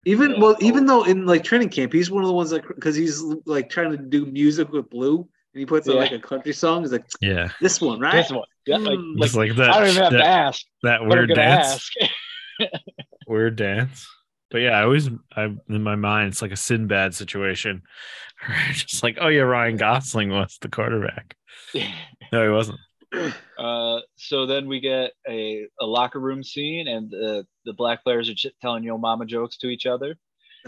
Speaker 3: Even
Speaker 4: Yeah.
Speaker 3: well, even though in like training camp, he's one of the ones that because he's like trying to do music with Blue, and he puts on
Speaker 4: Yeah.
Speaker 3: like a country song. He's like
Speaker 2: Yeah,
Speaker 3: this one, right?
Speaker 4: This one. Yeah, like,
Speaker 3: Mm.
Speaker 4: like,
Speaker 2: just like
Speaker 4: I don't
Speaker 2: that.
Speaker 4: even have to
Speaker 2: That,
Speaker 4: ask.
Speaker 2: that
Speaker 4: But I'm
Speaker 2: weird
Speaker 4: gonna
Speaker 2: dance.
Speaker 4: ask.
Speaker 2: Weird dance. But yeah, I always, I in my mind, it's like a Sinbad situation. just like, oh yeah, Ryan Gosling was the quarterback. No, he wasn't.
Speaker 4: Uh, so then we get a, a locker room scene, and the, the black players are ch- telling yo mama jokes to each other.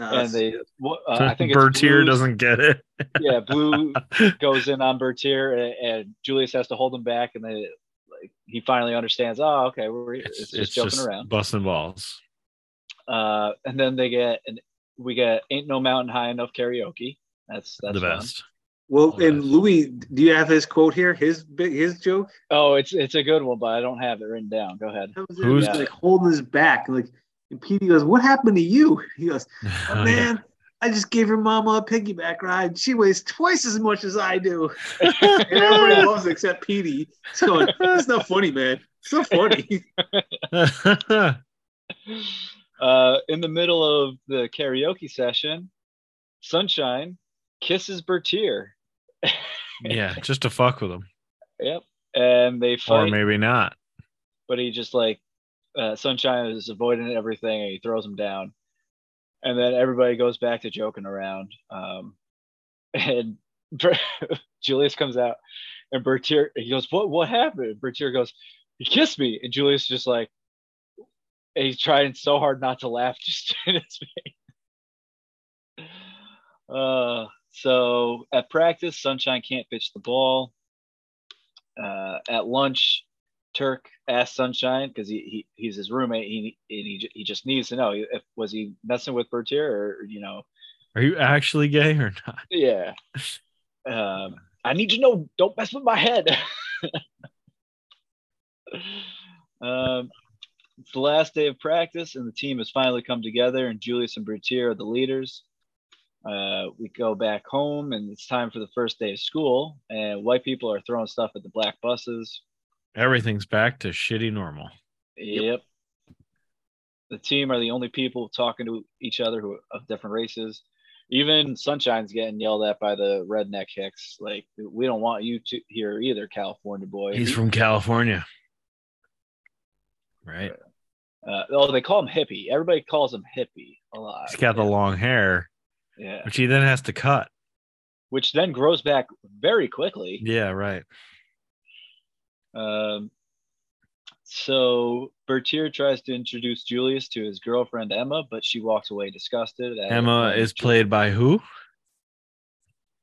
Speaker 3: Uh,
Speaker 4: and they, what- uh, I think it's
Speaker 2: Bertier
Speaker 4: Blue's-
Speaker 2: doesn't get it.
Speaker 4: Yeah, Blue goes in on Bertier, and, and Julius has to hold him back, and they like he finally understands. Oh, okay, we're it's, just joking around.
Speaker 2: busting balls.
Speaker 4: Uh, and then they get and we get ain't no mountain high enough karaoke. That's that's
Speaker 2: the
Speaker 4: fun.
Speaker 2: best.
Speaker 3: well,
Speaker 2: Oh,
Speaker 3: and
Speaker 2: yes.
Speaker 3: Louis, do you have his quote here? His big his joke.
Speaker 4: Oh, it's it's a good one, but I don't have it written down. Go ahead.
Speaker 3: That was
Speaker 2: Who's-
Speaker 3: Who's like holding his back, and like, and Petey goes, "What happened to you?" He goes,
Speaker 2: Oh, yeah.
Speaker 3: "Man, I just gave your mama a piggyback ride. She weighs twice as much as I do." And everybody loves it except Petey. So it's not funny, man. It's not funny.
Speaker 4: uh, in the middle of the karaoke session, Sunshine kisses Bertier.
Speaker 2: yeah, just to fuck with him,
Speaker 4: Yep. And they
Speaker 2: or
Speaker 4: fight,
Speaker 2: maybe not.
Speaker 4: but he just like uh, Sunshine is avoiding everything, and he throws him down. And then everybody goes back to joking around. Um, and Ber- Julius comes out, and Bertier he goes, "What? What happened?" Bertier goes, "He kissed me," and Julius just like. and He's trying so hard not to laugh just in his face. Uh, so at practice, Sunshine can't pitch the ball. Uh, at lunch, Turk asked Sunshine because he, he he's his roommate. He and he, ju- he just needs to know if was he messing with Bertier or you know
Speaker 2: Are you actually gay or not?
Speaker 4: yeah. Um, I need to know. Don't mess with my head. um, it's the last day of practice, and the team has finally come together. And Julius and Brutier are the leaders. Uh, we go back home, and it's time for the first day of school. And white people are throwing stuff at the black buses.
Speaker 2: Everything's back to shitty normal.
Speaker 4: Yep. The team are the only people talking to each other who of different races. Even Sunshine's getting yelled at by the redneck hicks. Like, we don't want you to here either, California boy.
Speaker 2: He's from California. Right.
Speaker 4: Uh, oh, they call him hippie. Everybody calls him hippie a lot.
Speaker 2: He's got the long hair,
Speaker 4: yeah,
Speaker 2: which he then has to cut.
Speaker 4: which then grows back very quickly.
Speaker 2: Yeah, right.
Speaker 4: Um, so Bertier tries to introduce Julius to his girlfriend Emma, but she walks away disgusted.
Speaker 3: Uh,
Speaker 4: at-
Speaker 2: Emma is played by who?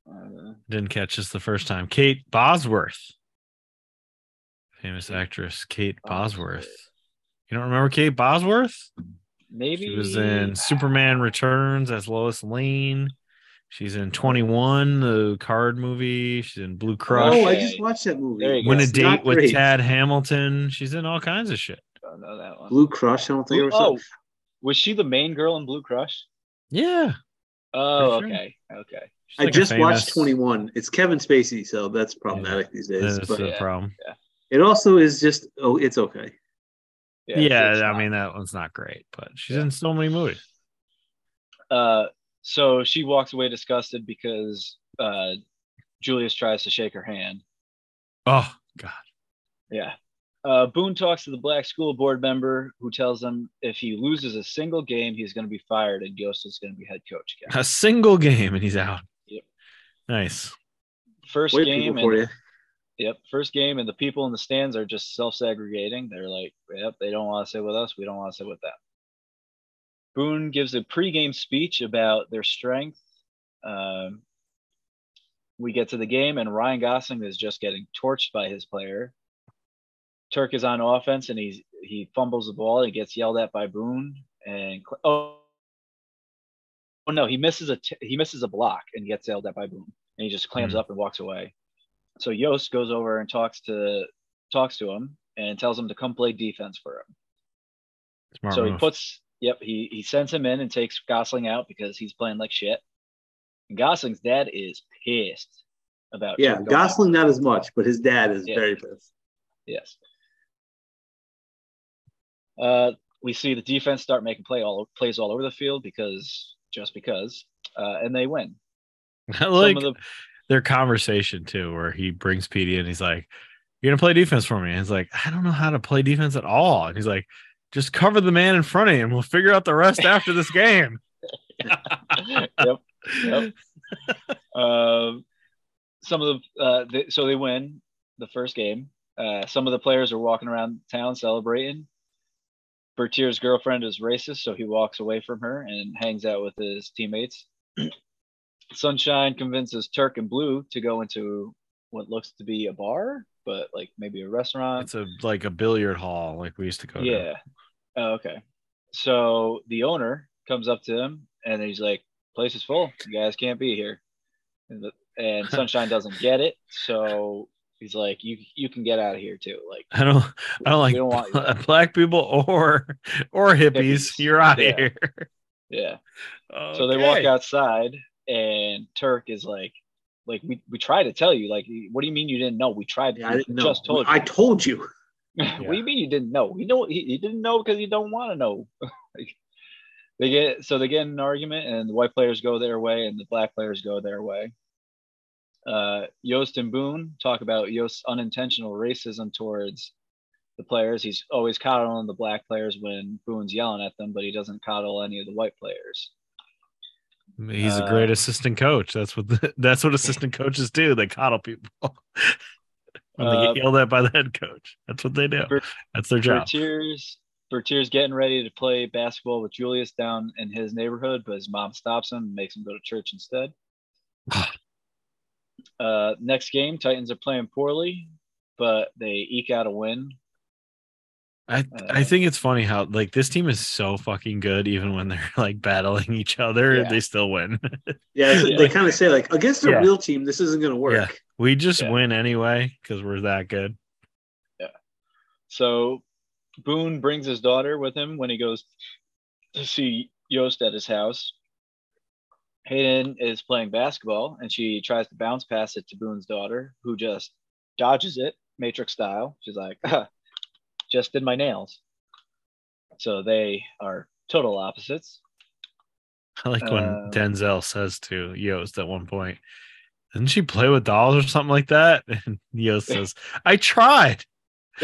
Speaker 4: Uh,
Speaker 2: Didn't catch this the first time. Kate Bosworth. Famous actress Kate Bosworth. You don't remember Kate Bosworth?
Speaker 4: maybe
Speaker 2: She was in Superman Returns as Lois Lane. She's in 21, the card movie. She's in Blue Crush.
Speaker 3: Oh, I just watched that movie.
Speaker 4: There you go.
Speaker 2: Win a
Speaker 4: It's
Speaker 2: date
Speaker 3: not
Speaker 2: with
Speaker 3: great.
Speaker 2: Tad Hamilton. She's in all kinds of shit.
Speaker 4: Don't know that one.
Speaker 3: Blue Crush. I don't think I ever saw.
Speaker 4: oh, was she the main girl in Blue Crush?
Speaker 2: Yeah.
Speaker 4: Oh,
Speaker 2: Pretty sure.
Speaker 4: okay, okay.
Speaker 2: She's
Speaker 3: I
Speaker 2: like a
Speaker 3: just watched
Speaker 2: famous-
Speaker 3: 21. It's Kevin Spacey, so that's problematic these days.
Speaker 2: That's
Speaker 3: But
Speaker 2: the
Speaker 4: yeah.
Speaker 2: problem.
Speaker 3: it also is just oh, it's okay.
Speaker 2: Yeah,
Speaker 4: it's
Speaker 2: I
Speaker 4: not.
Speaker 2: mean that one's not great, but she's
Speaker 4: Yeah.
Speaker 2: in so many movies.
Speaker 4: Uh, so she walks away disgusted because uh, Julius tries to shake her hand.
Speaker 2: Oh God.
Speaker 4: Yeah. Uh, Boone talks to the black school board member who tells him if he loses a single game, he's going to be fired and Yost is going to be head coach again.
Speaker 2: A single game and he's out.
Speaker 4: Yep.
Speaker 2: Nice.
Speaker 4: First
Speaker 3: White
Speaker 4: game,
Speaker 3: people for
Speaker 4: and,
Speaker 3: you.
Speaker 4: yep, first game, and the people in the stands are just self segregating. They're like, yep, they don't want to sit with us. We don't want to sit with them. Boone gives a pregame speech about their strength. Um, we get to the game, and Ryan Gosling is just getting torched by his player. Turk is on offense, and he's he fumbles the ball and gets yelled at by Boone. And Cl- oh, oh no, he misses a t- he misses a block and gets yelled at by Boone, and he just clams
Speaker 2: Hmm.
Speaker 4: up and walks away. So Yost goes over and talks to talks to him and tells him to come play defense for him
Speaker 2: Smart
Speaker 4: so he
Speaker 2: move.
Speaker 4: puts yep he he sends him in and takes gosling out because he's playing like shit and gosling's dad is pissed about
Speaker 3: Yeah,
Speaker 4: Chip going out.
Speaker 3: Gosling not as much, but his dad is
Speaker 4: Yeah.
Speaker 3: very pissed.
Speaker 4: yes uh we see the defense start making play all plays all over the field because just because uh and they win
Speaker 2: I like
Speaker 4: some of the
Speaker 2: their conversation too, where he brings PD and he's like, You're gonna play defense for me. And he's like, I don't know how to play defense at all. And he's like, just cover the man in front of him. We'll figure out the rest after this game.
Speaker 4: yep. Yep. Um, some of the, uh, the so they win the first game. Uh, some of the players are walking around town celebrating. Bertier's girlfriend is racist, so he walks away from her and hangs out with his teammates. Sunshine convinces Turk and Blue to go into what looks to be a bar, but like maybe a restaurant.
Speaker 2: It's a like a billiard hall, like we used to go to.
Speaker 4: Yeah. Oh, okay. So the owner comes up to him and he's like, "Place is full. You guys can't be here." And, the, and Sunshine doesn't get it, so he's like, "You you can get out of here too." Like,
Speaker 2: I don't I don't like
Speaker 4: We don't want you.
Speaker 2: black people or or hippies.
Speaker 4: Hippies.
Speaker 2: You're out of
Speaker 4: Yeah.
Speaker 2: here.
Speaker 4: yeah. So they walk outside, and Turk is like, "Like we we tried to tell you. Like, what do you mean you didn't know? We tried.
Speaker 3: Yeah, I didn't
Speaker 4: we
Speaker 3: know.
Speaker 4: Just told you.
Speaker 3: I told you.
Speaker 4: what do you mean you didn't know? You know he, he didn't know because he don't want to know. Like, they get so they get in an argument, and the white players go their way, and the black players go their way. Uh, Yost and Boone talk about Yost's unintentional racism towards the players. He's always coddling the black players when Boone's yelling at them, but he doesn't coddle any of the white players.
Speaker 2: He's a
Speaker 4: Uh,
Speaker 2: great assistant coach. That's what the, that's what assistant coaches do. They coddle people when they
Speaker 4: Uh,
Speaker 2: get yelled at by the head coach. That's what they do.
Speaker 4: Bert-
Speaker 2: that's their job.
Speaker 4: Bertier's Bertier's getting ready to play basketball with Julius down in his neighborhood, but his mom stops him and makes him go to church instead. uh, next game, Titans are playing poorly, but they eke out a win.
Speaker 2: I
Speaker 4: uh,
Speaker 2: I think it's funny how like this team is so fucking good even when they're like battling each other,
Speaker 4: Yeah.
Speaker 2: they still win.
Speaker 3: Yeah, so
Speaker 4: Yeah.
Speaker 3: they kind of say like against a
Speaker 2: Yeah.
Speaker 3: real team, this isn't going to work.
Speaker 2: Yeah. we just
Speaker 4: Yeah.
Speaker 2: win anyway because we're that good.
Speaker 4: So Boone brings his daughter with him when he goes to see Yost at his house. Hayden is playing basketball and she tries to bounce pass it to Boone's daughter, who just dodges it, Matrix style. She's like, just did my nails. So they are total opposites.
Speaker 2: I like when
Speaker 4: Um,
Speaker 2: Denzel says to Yost at one point, didn't she play with dolls or something like that? And Yost says, I tried.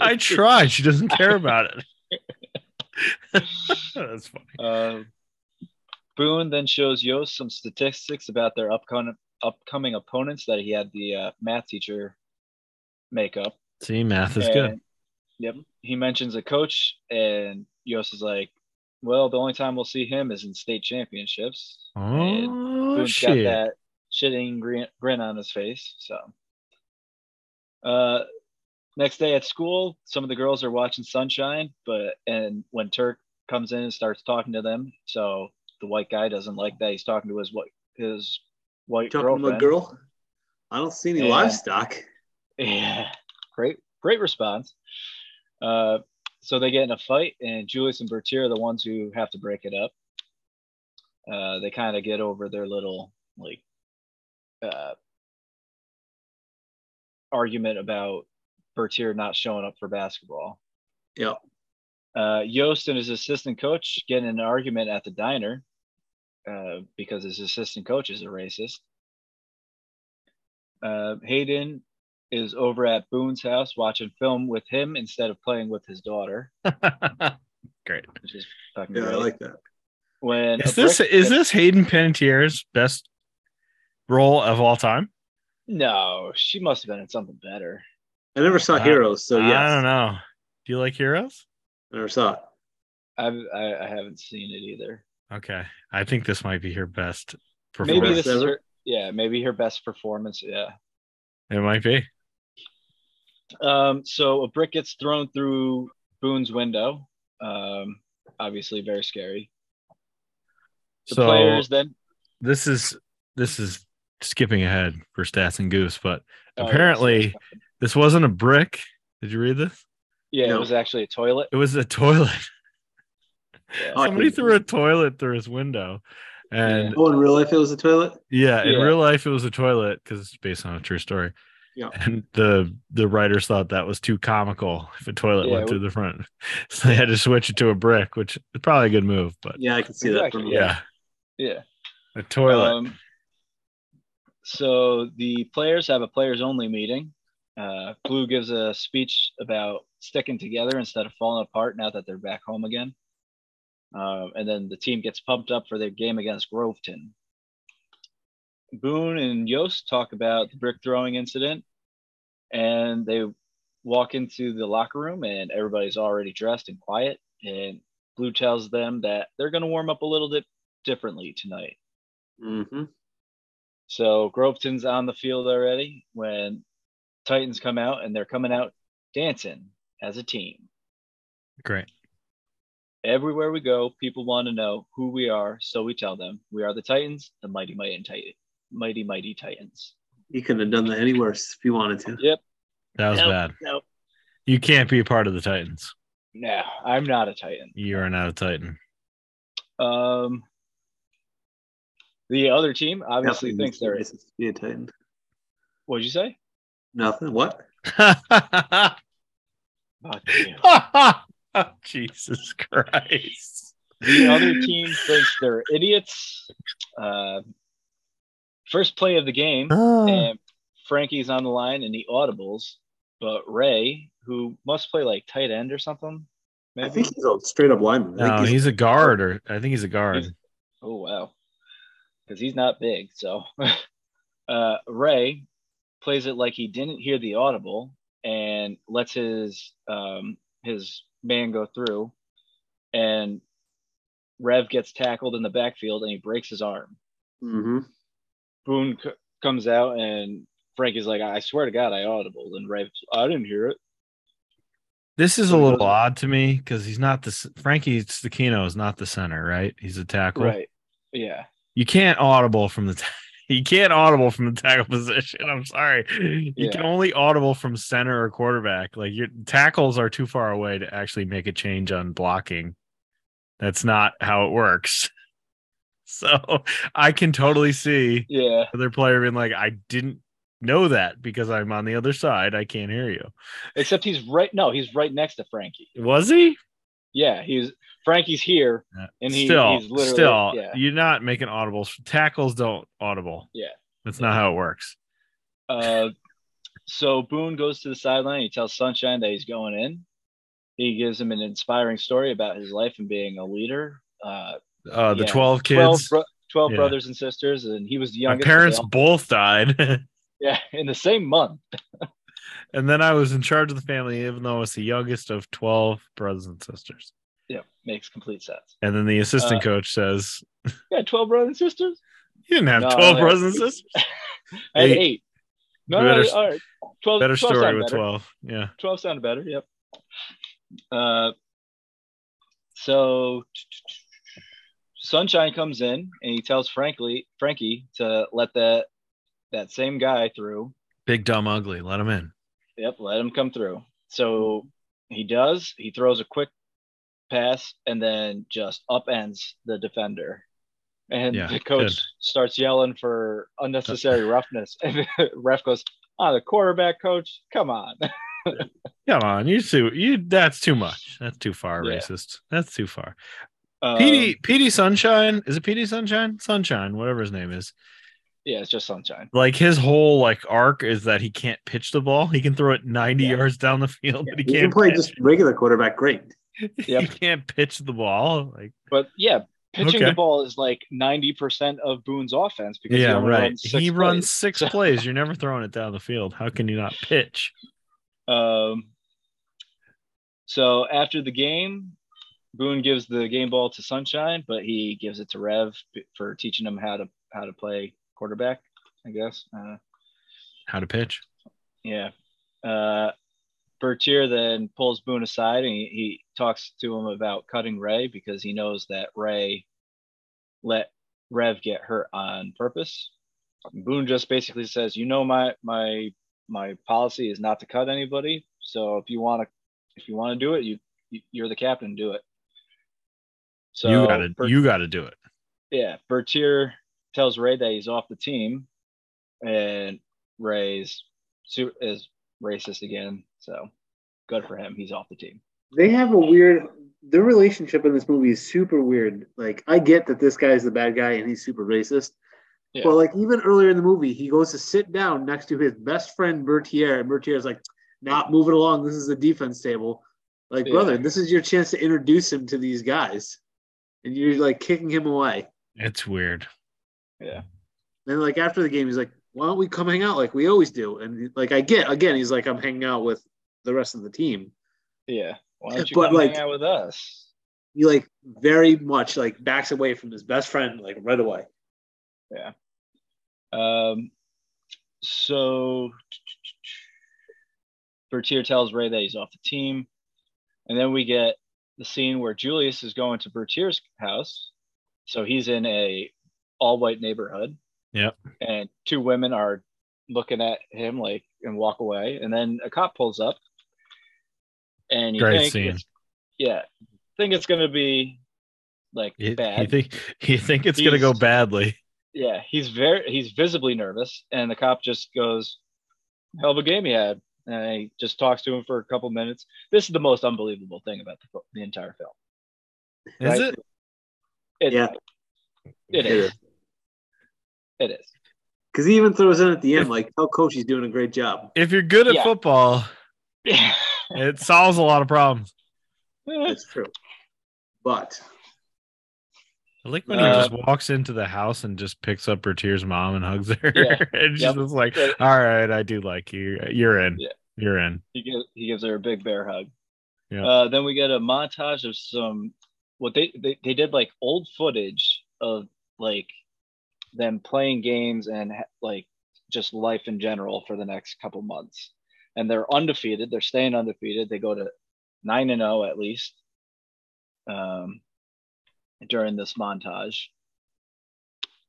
Speaker 2: I tried. She doesn't care about it. That's funny.
Speaker 4: Uh, Boone then shows Yost some statistics about their upcoming upcoming opponents that he had the uh, math teacher make up.
Speaker 2: See, math is good.
Speaker 4: And- Yep. He mentions a coach, and Yost is like, "Well, the only time we'll see him is in state championships." And
Speaker 2: Oh,
Speaker 4: Boone's got
Speaker 2: shit.
Speaker 4: that shitting grin, grin on his face. So, uh, next day at school, some of the girls are watching Sunshine, but and when Turk comes in and starts talking to them, so the white guy doesn't like that. He's talking to his white his white
Speaker 3: Talking to a
Speaker 4: girlfriend.
Speaker 3: girl. I don't see any
Speaker 4: Yeah.
Speaker 3: livestock.
Speaker 4: Yeah, great, great response. Uh, so they get in a fight, and Julius and Bertier are the ones who have to break it up. Uh, they kind of get over their little like uh, argument about Bertier not showing up for basketball.
Speaker 3: Yep.
Speaker 4: Uh, Yost and his assistant coach get in an argument at the diner uh, because his assistant coach is a racist. Uh, Hayden is over at Boone's house watching film with him instead of playing with his daughter,
Speaker 2: Great.
Speaker 4: which is fucking
Speaker 3: Yeah,
Speaker 4: great.
Speaker 3: I like that.
Speaker 4: when
Speaker 2: Is
Speaker 4: a
Speaker 2: this
Speaker 4: brick-
Speaker 2: is this Hayden Panettiere's best role of all time?
Speaker 4: No, she must have been in something better.
Speaker 3: I never saw
Speaker 2: Uh,
Speaker 3: Heroes, so yes,
Speaker 2: I don't know. Do you like Heroes?
Speaker 3: I never saw it.
Speaker 4: I've, I I haven't seen it either.
Speaker 2: Okay, I think this might be her best performance.
Speaker 4: Maybe this is
Speaker 3: Ever?
Speaker 4: her, yeah, maybe her best performance. Yeah.
Speaker 2: It might be.
Speaker 4: Um, so a brick gets thrown through Boone's window. Um, obviously very scary. The
Speaker 2: so
Speaker 4: players then
Speaker 2: this is this is skipping ahead for stats and goose, but
Speaker 4: oh, yeah,
Speaker 2: apparently this wasn't a brick. Did you read this?
Speaker 4: yeah,
Speaker 3: No.
Speaker 4: it was actually a toilet.
Speaker 2: It was a toilet.
Speaker 4: Yeah.
Speaker 3: Oh,
Speaker 2: Somebody
Speaker 3: yeah.
Speaker 2: threw a toilet through his window, and
Speaker 3: Oh, in real life, it was a toilet.
Speaker 2: Yeah, in
Speaker 4: Yeah.
Speaker 2: real life it was a toilet because it's based on a true story.
Speaker 3: Yeah.
Speaker 2: And the the writers thought that was too comical if a toilet
Speaker 4: Yeah,
Speaker 2: went
Speaker 4: it
Speaker 2: through the front. So they had to switch it to a brick, which is probably a good move, but
Speaker 3: Yeah, I can see that from
Speaker 4: Exactly.
Speaker 2: yeah,
Speaker 4: yeah.
Speaker 2: a toilet.
Speaker 4: Um, so the players have a players only meeting. Uh, Blue gives a speech about sticking together instead of falling apart now that they're back home again. Uh, and then the team gets pumped up for their game against Groveton. Boone and Yost talk about the brick throwing incident, and they walk into the locker room, and everybody's already dressed and quiet. And Blue tells them that they're going to warm up a little bit differently tonight.
Speaker 3: hmm
Speaker 4: So Groveton's on the field already when Titans come out and they're coming out dancing as a team.
Speaker 2: Great.
Speaker 4: Everywhere we go, people want to know who we are, so we tell them we are the Titans, the mighty mighty Titan, mighty mighty Titans.
Speaker 3: You couldn't have done that any worse if you wanted to.
Speaker 4: Yep.
Speaker 2: That was
Speaker 4: Nope,
Speaker 2: bad.
Speaker 4: nope.
Speaker 2: You can't be a part of the Titans.
Speaker 4: No, I'm not a Titan.
Speaker 2: You are not a Titan.
Speaker 4: Um, the other team obviously
Speaker 3: Nothing
Speaker 4: thinks they're.
Speaker 3: makes sense to Be a Titan.
Speaker 4: What'd you say?
Speaker 3: Nothing. What?
Speaker 4: Fuck you.
Speaker 2: Jesus Christ.
Speaker 4: the other team thinks they're idiots. Uh, first play of the game.
Speaker 2: Ah,
Speaker 4: and Frankie's on the line and he audibles, but Ray, who must play like tight end or something,
Speaker 3: I
Speaker 4: maybe.
Speaker 3: think he's a straight up lineman.
Speaker 2: no,
Speaker 3: I think he's,
Speaker 2: Oh, he's a guard, or I think he's a guard.
Speaker 4: oh wow, because he's not big. So uh, Ray plays it like he didn't hear the audible and lets his um, his man go through, and Rev gets tackled in the backfield and he breaks his arm.
Speaker 3: hmm
Speaker 4: Boone c- comes out and Frankie's like, I swear to God, I audibled. And Ray, I didn't hear it.
Speaker 2: This is a
Speaker 4: So he
Speaker 2: little
Speaker 4: goes-
Speaker 2: odd to me because he's not the s- Frankie Stakino is not the center, right? He's a tackle.
Speaker 4: Right. Yeah.
Speaker 2: You can't audible from the ta- you can't audible from the tackle position. I'm sorry, you can
Speaker 4: Yeah.
Speaker 2: only audible from center or quarterback. Like your tackles are too far away to actually make a change on blocking. That's not how it works. So I can totally see
Speaker 4: Yeah.
Speaker 2: other player being like, I didn't know that because I'm on the other side. I can't hear you.
Speaker 4: Except he's right. No, he's right next to Frankie.
Speaker 2: Was he?
Speaker 4: Yeah, he's Frankie's here, and he,
Speaker 2: still,
Speaker 4: he's literally
Speaker 2: still,
Speaker 4: yeah.
Speaker 2: you're not making audibles. Tackles don't audible.
Speaker 4: Yeah.
Speaker 2: that's not how it works.
Speaker 4: Uh, so Boone goes to the sideline. He tells Sunshine that he's going in. He gives him an inspiring story about his life and being a leader. Uh,
Speaker 2: Uh, the
Speaker 4: Yeah.
Speaker 2: twelve
Speaker 4: 12,
Speaker 2: kids.
Speaker 4: bro- 12
Speaker 2: Yeah.
Speaker 4: brothers and sisters, and he was the
Speaker 2: my
Speaker 4: youngest.
Speaker 2: parents
Speaker 4: so they all-
Speaker 2: both died,
Speaker 4: yeah, in the same month.
Speaker 2: and then I was in charge of the family, even though I was the youngest of twelve brothers and sisters.
Speaker 4: Yeah, makes complete sense.
Speaker 2: And then the assistant
Speaker 4: Uh,
Speaker 2: coach says,
Speaker 4: Yeah, 12 brothers and sisters.
Speaker 2: "You didn't have
Speaker 4: No,
Speaker 2: twelve
Speaker 4: no.
Speaker 2: brothers and sisters.
Speaker 4: I had
Speaker 2: Eight.
Speaker 4: eight. No, no,
Speaker 2: Better-
Speaker 4: no, all right. 12,
Speaker 2: Better
Speaker 4: 12
Speaker 2: story
Speaker 4: sound
Speaker 2: with
Speaker 4: better.
Speaker 2: twelve. Yeah,
Speaker 4: 12 sounded better. Yep. Uh, so Sunshine comes in and he tells Frankly Frankie to let that that same guy through.
Speaker 2: big dumb ugly. Let him in.
Speaker 4: Yep, let him come through. So he does. He throws a quick pass and then just upends the defender. And
Speaker 2: Yeah,
Speaker 4: the coach
Speaker 2: good.
Speaker 4: starts yelling for unnecessary roughness. And the ref goes, "Ah, the quarterback coach, come on."
Speaker 2: Come on, you two. You that's too much. That's too far,
Speaker 4: Yeah.
Speaker 2: racist. That's too far.
Speaker 4: Um,
Speaker 2: PD PD Sunshine is it PD Sunshine? Sunshine, whatever his name is.
Speaker 4: Yeah, it's just Sunshine.
Speaker 2: Like his whole like arc is that he can't pitch the ball. He can throw it ninety
Speaker 4: Yeah.
Speaker 2: yards down the field, but he
Speaker 3: You can
Speaker 2: can't
Speaker 3: play
Speaker 2: pitch.
Speaker 3: just regular quarterback. Great.
Speaker 2: he
Speaker 4: Yep.
Speaker 2: can't pitch the ball. Like
Speaker 4: But yeah, pitching
Speaker 2: Okay.
Speaker 4: the ball is like 90% of Boone's offense because he
Speaker 2: yeah,
Speaker 4: only
Speaker 2: right.
Speaker 4: runs six
Speaker 2: He runs
Speaker 4: plays.
Speaker 2: six
Speaker 4: So-
Speaker 2: plays. You're never throwing it down the field. How can you not pitch?
Speaker 4: Um, so after the game, Boone gives the game ball to Sunshine, but he gives it to Rev for teaching him how to how to play quarterback. I guess. Uh,
Speaker 2: How to pitch?
Speaker 4: yeah. Uh, Bertier then pulls Boone aside and he, he talks to him about cutting Ray because he knows that Ray let Rev get hurt on purpose. Boone just basically says, "You know my my my policy is not to cut anybody. So if you want to if you want to do it, you you- you're the captain, do it." So
Speaker 2: you gotta
Speaker 4: Bert-
Speaker 2: you gotta do it.
Speaker 4: yeah, Bertier tells Ray that he's off the team, and Ray's su- is racist again. So good for him. He's off the team.
Speaker 3: They have a weird. Their relationship in this movie is super weird. Like, I get that this guy's the bad guy and he's super racist.
Speaker 4: Yeah.
Speaker 3: But like, even earlier in the movie, he goes to sit down next to his best friend Bertier, and Bertier's like, "Not moving along. This is the defense table. Like,
Speaker 4: Yeah.
Speaker 3: brother, this is your chance to introduce him to these guys, and you're like kicking him away."
Speaker 2: It's weird.
Speaker 3: Then like after the game, he's like, "Why don't we come hang out like we always do?" And like, I get again, he's like, "I'm hanging out with the rest of the team."
Speaker 4: Yeah. Why don't you
Speaker 3: But,
Speaker 4: come
Speaker 3: like-
Speaker 4: hang out with us?
Speaker 3: he like very much like backs away from his best friend like right away.
Speaker 4: Um, so Bertier tells Ray that he's off the team. And then we get the scene where Julius is going to Bertier's house. So he's in a all white neighborhood.
Speaker 2: Yep.
Speaker 4: And two women are looking at him like and walk away. And then a cop pulls up. And you
Speaker 2: Great
Speaker 4: think
Speaker 2: scene.
Speaker 4: it's- yeah. Think it's gonna be like
Speaker 2: You,
Speaker 4: bad
Speaker 2: you think you think it's gonna go
Speaker 4: He's-
Speaker 2: badly.
Speaker 4: yeah, he's very he's visibly nervous, and the cop just goes, "Hell of a game he had," and he just talks to him for a couple minutes. This is the most unbelievable thing about the, the entire film.
Speaker 2: Is
Speaker 4: Right?
Speaker 2: it?
Speaker 4: It,
Speaker 3: Yeah.
Speaker 4: it is. It is.
Speaker 3: Because he even throws in at the end like, "Tell coach he's doing a great job."
Speaker 2: If you're good at
Speaker 4: Yeah.
Speaker 2: football,
Speaker 4: Yeah.
Speaker 2: it solves a lot of problems.
Speaker 3: That's true. But
Speaker 2: I like when he
Speaker 4: Uh,
Speaker 2: just walks into the house and just picks up Bertier's mom and hugs her.
Speaker 4: Yeah.
Speaker 2: and she's
Speaker 4: Yep.
Speaker 2: just like,
Speaker 4: Yeah.
Speaker 2: all right, I do like you. You're in.
Speaker 4: Yeah.
Speaker 2: You're in.
Speaker 4: He gives he gives her a big bear hug.
Speaker 2: Yeah.
Speaker 4: Uh, then we get a montage of some what they, they they did like old footage of like them playing games and ha- like just life in general for the next couple months. And they're undefeated. They're staying undefeated. They go to nine and zero at least um, during this montage.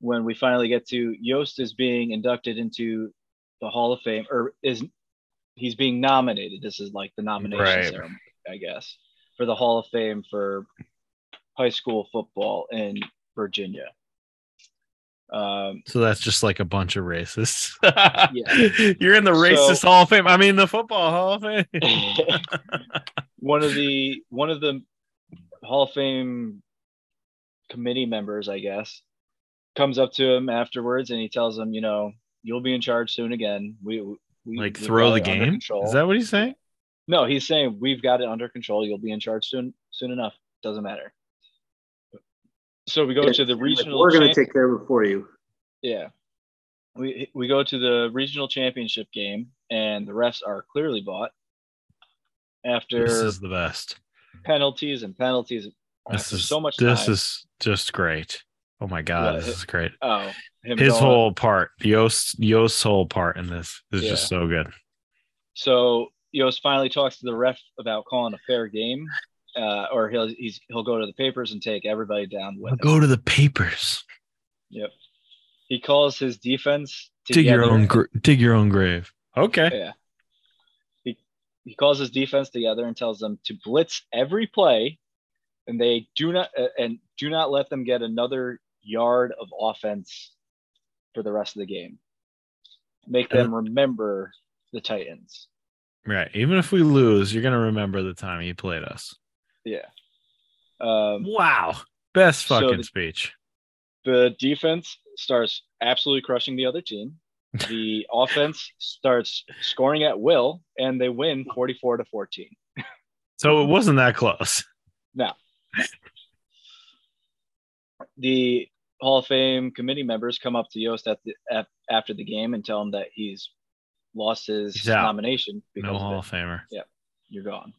Speaker 4: When we finally get to Yost is being inducted into the Hall of Fame, or is he's being nominated. This is like the nomination
Speaker 2: Right.
Speaker 4: ceremony, I guess, for the Hall of Fame for high school football in Virginia. Um,
Speaker 2: So that's just like a bunch of racists.
Speaker 4: Yeah.
Speaker 2: You're in the
Speaker 4: So-
Speaker 2: racist Hall of Fame. I mean, the football Hall of Fame.
Speaker 4: one of the one of the Hall of Fame committee members, I guess, comes up to him afterwards and he tells him, you know, you'll be in charge soon again. We, we
Speaker 2: like
Speaker 4: we've
Speaker 2: throw
Speaker 4: got
Speaker 2: the
Speaker 4: it under
Speaker 2: game.
Speaker 4: control."
Speaker 2: Is that what he's saying?
Speaker 4: No, he's saying we've got it under control. You'll be in charge soon soon enough. Doesn't matter. So we go to the
Speaker 3: Like,
Speaker 4: regional.
Speaker 3: We're going to
Speaker 4: champ-
Speaker 3: take care of it for you.
Speaker 4: Yeah. We we go to the regional championship game and the refs are clearly bought after
Speaker 2: This is the best.
Speaker 4: penalties and penalties
Speaker 2: This
Speaker 4: after
Speaker 2: is
Speaker 4: so much
Speaker 2: This
Speaker 4: time.
Speaker 2: is just great. Oh my god,
Speaker 4: Yeah,
Speaker 2: this
Speaker 4: it-
Speaker 2: is great.
Speaker 4: oh him
Speaker 2: His
Speaker 4: going-
Speaker 2: whole part, Yost Yost's whole part in this is
Speaker 4: Yeah.
Speaker 2: just so good.
Speaker 4: so Yost finally talks to the ref about calling a fair game. Uh, or he'll he's he'll go to the papers and take everybody down with
Speaker 2: I'll go
Speaker 4: him.
Speaker 2: to the papers.
Speaker 4: Yep. He calls his defense
Speaker 2: Dig your
Speaker 4: together.
Speaker 2: own gr- dig your own grave. Okay.
Speaker 4: Yeah. He he calls his defense together and tells them to blitz every play, and they do not uh, and do not let them get another yard of offense for the rest of the game. Make them remember the Titans.
Speaker 2: Right. Even if we lose, you're gonna remember the time he played us.
Speaker 4: Yeah. Um,
Speaker 2: Wow. Best
Speaker 4: So
Speaker 2: fucking
Speaker 4: the-
Speaker 2: speech.
Speaker 4: the defense starts absolutely crushing the other team. The offense starts scoring at will, and they win forty-four to fourteen.
Speaker 2: So it wasn't that close.
Speaker 4: the Hall of Fame committee members come up to Yost at the, at, after the game and tell him that he's lost his
Speaker 2: He's out.
Speaker 4: nomination because
Speaker 2: No
Speaker 4: of
Speaker 2: Hall
Speaker 4: it.
Speaker 2: of Famer.
Speaker 4: you're gone.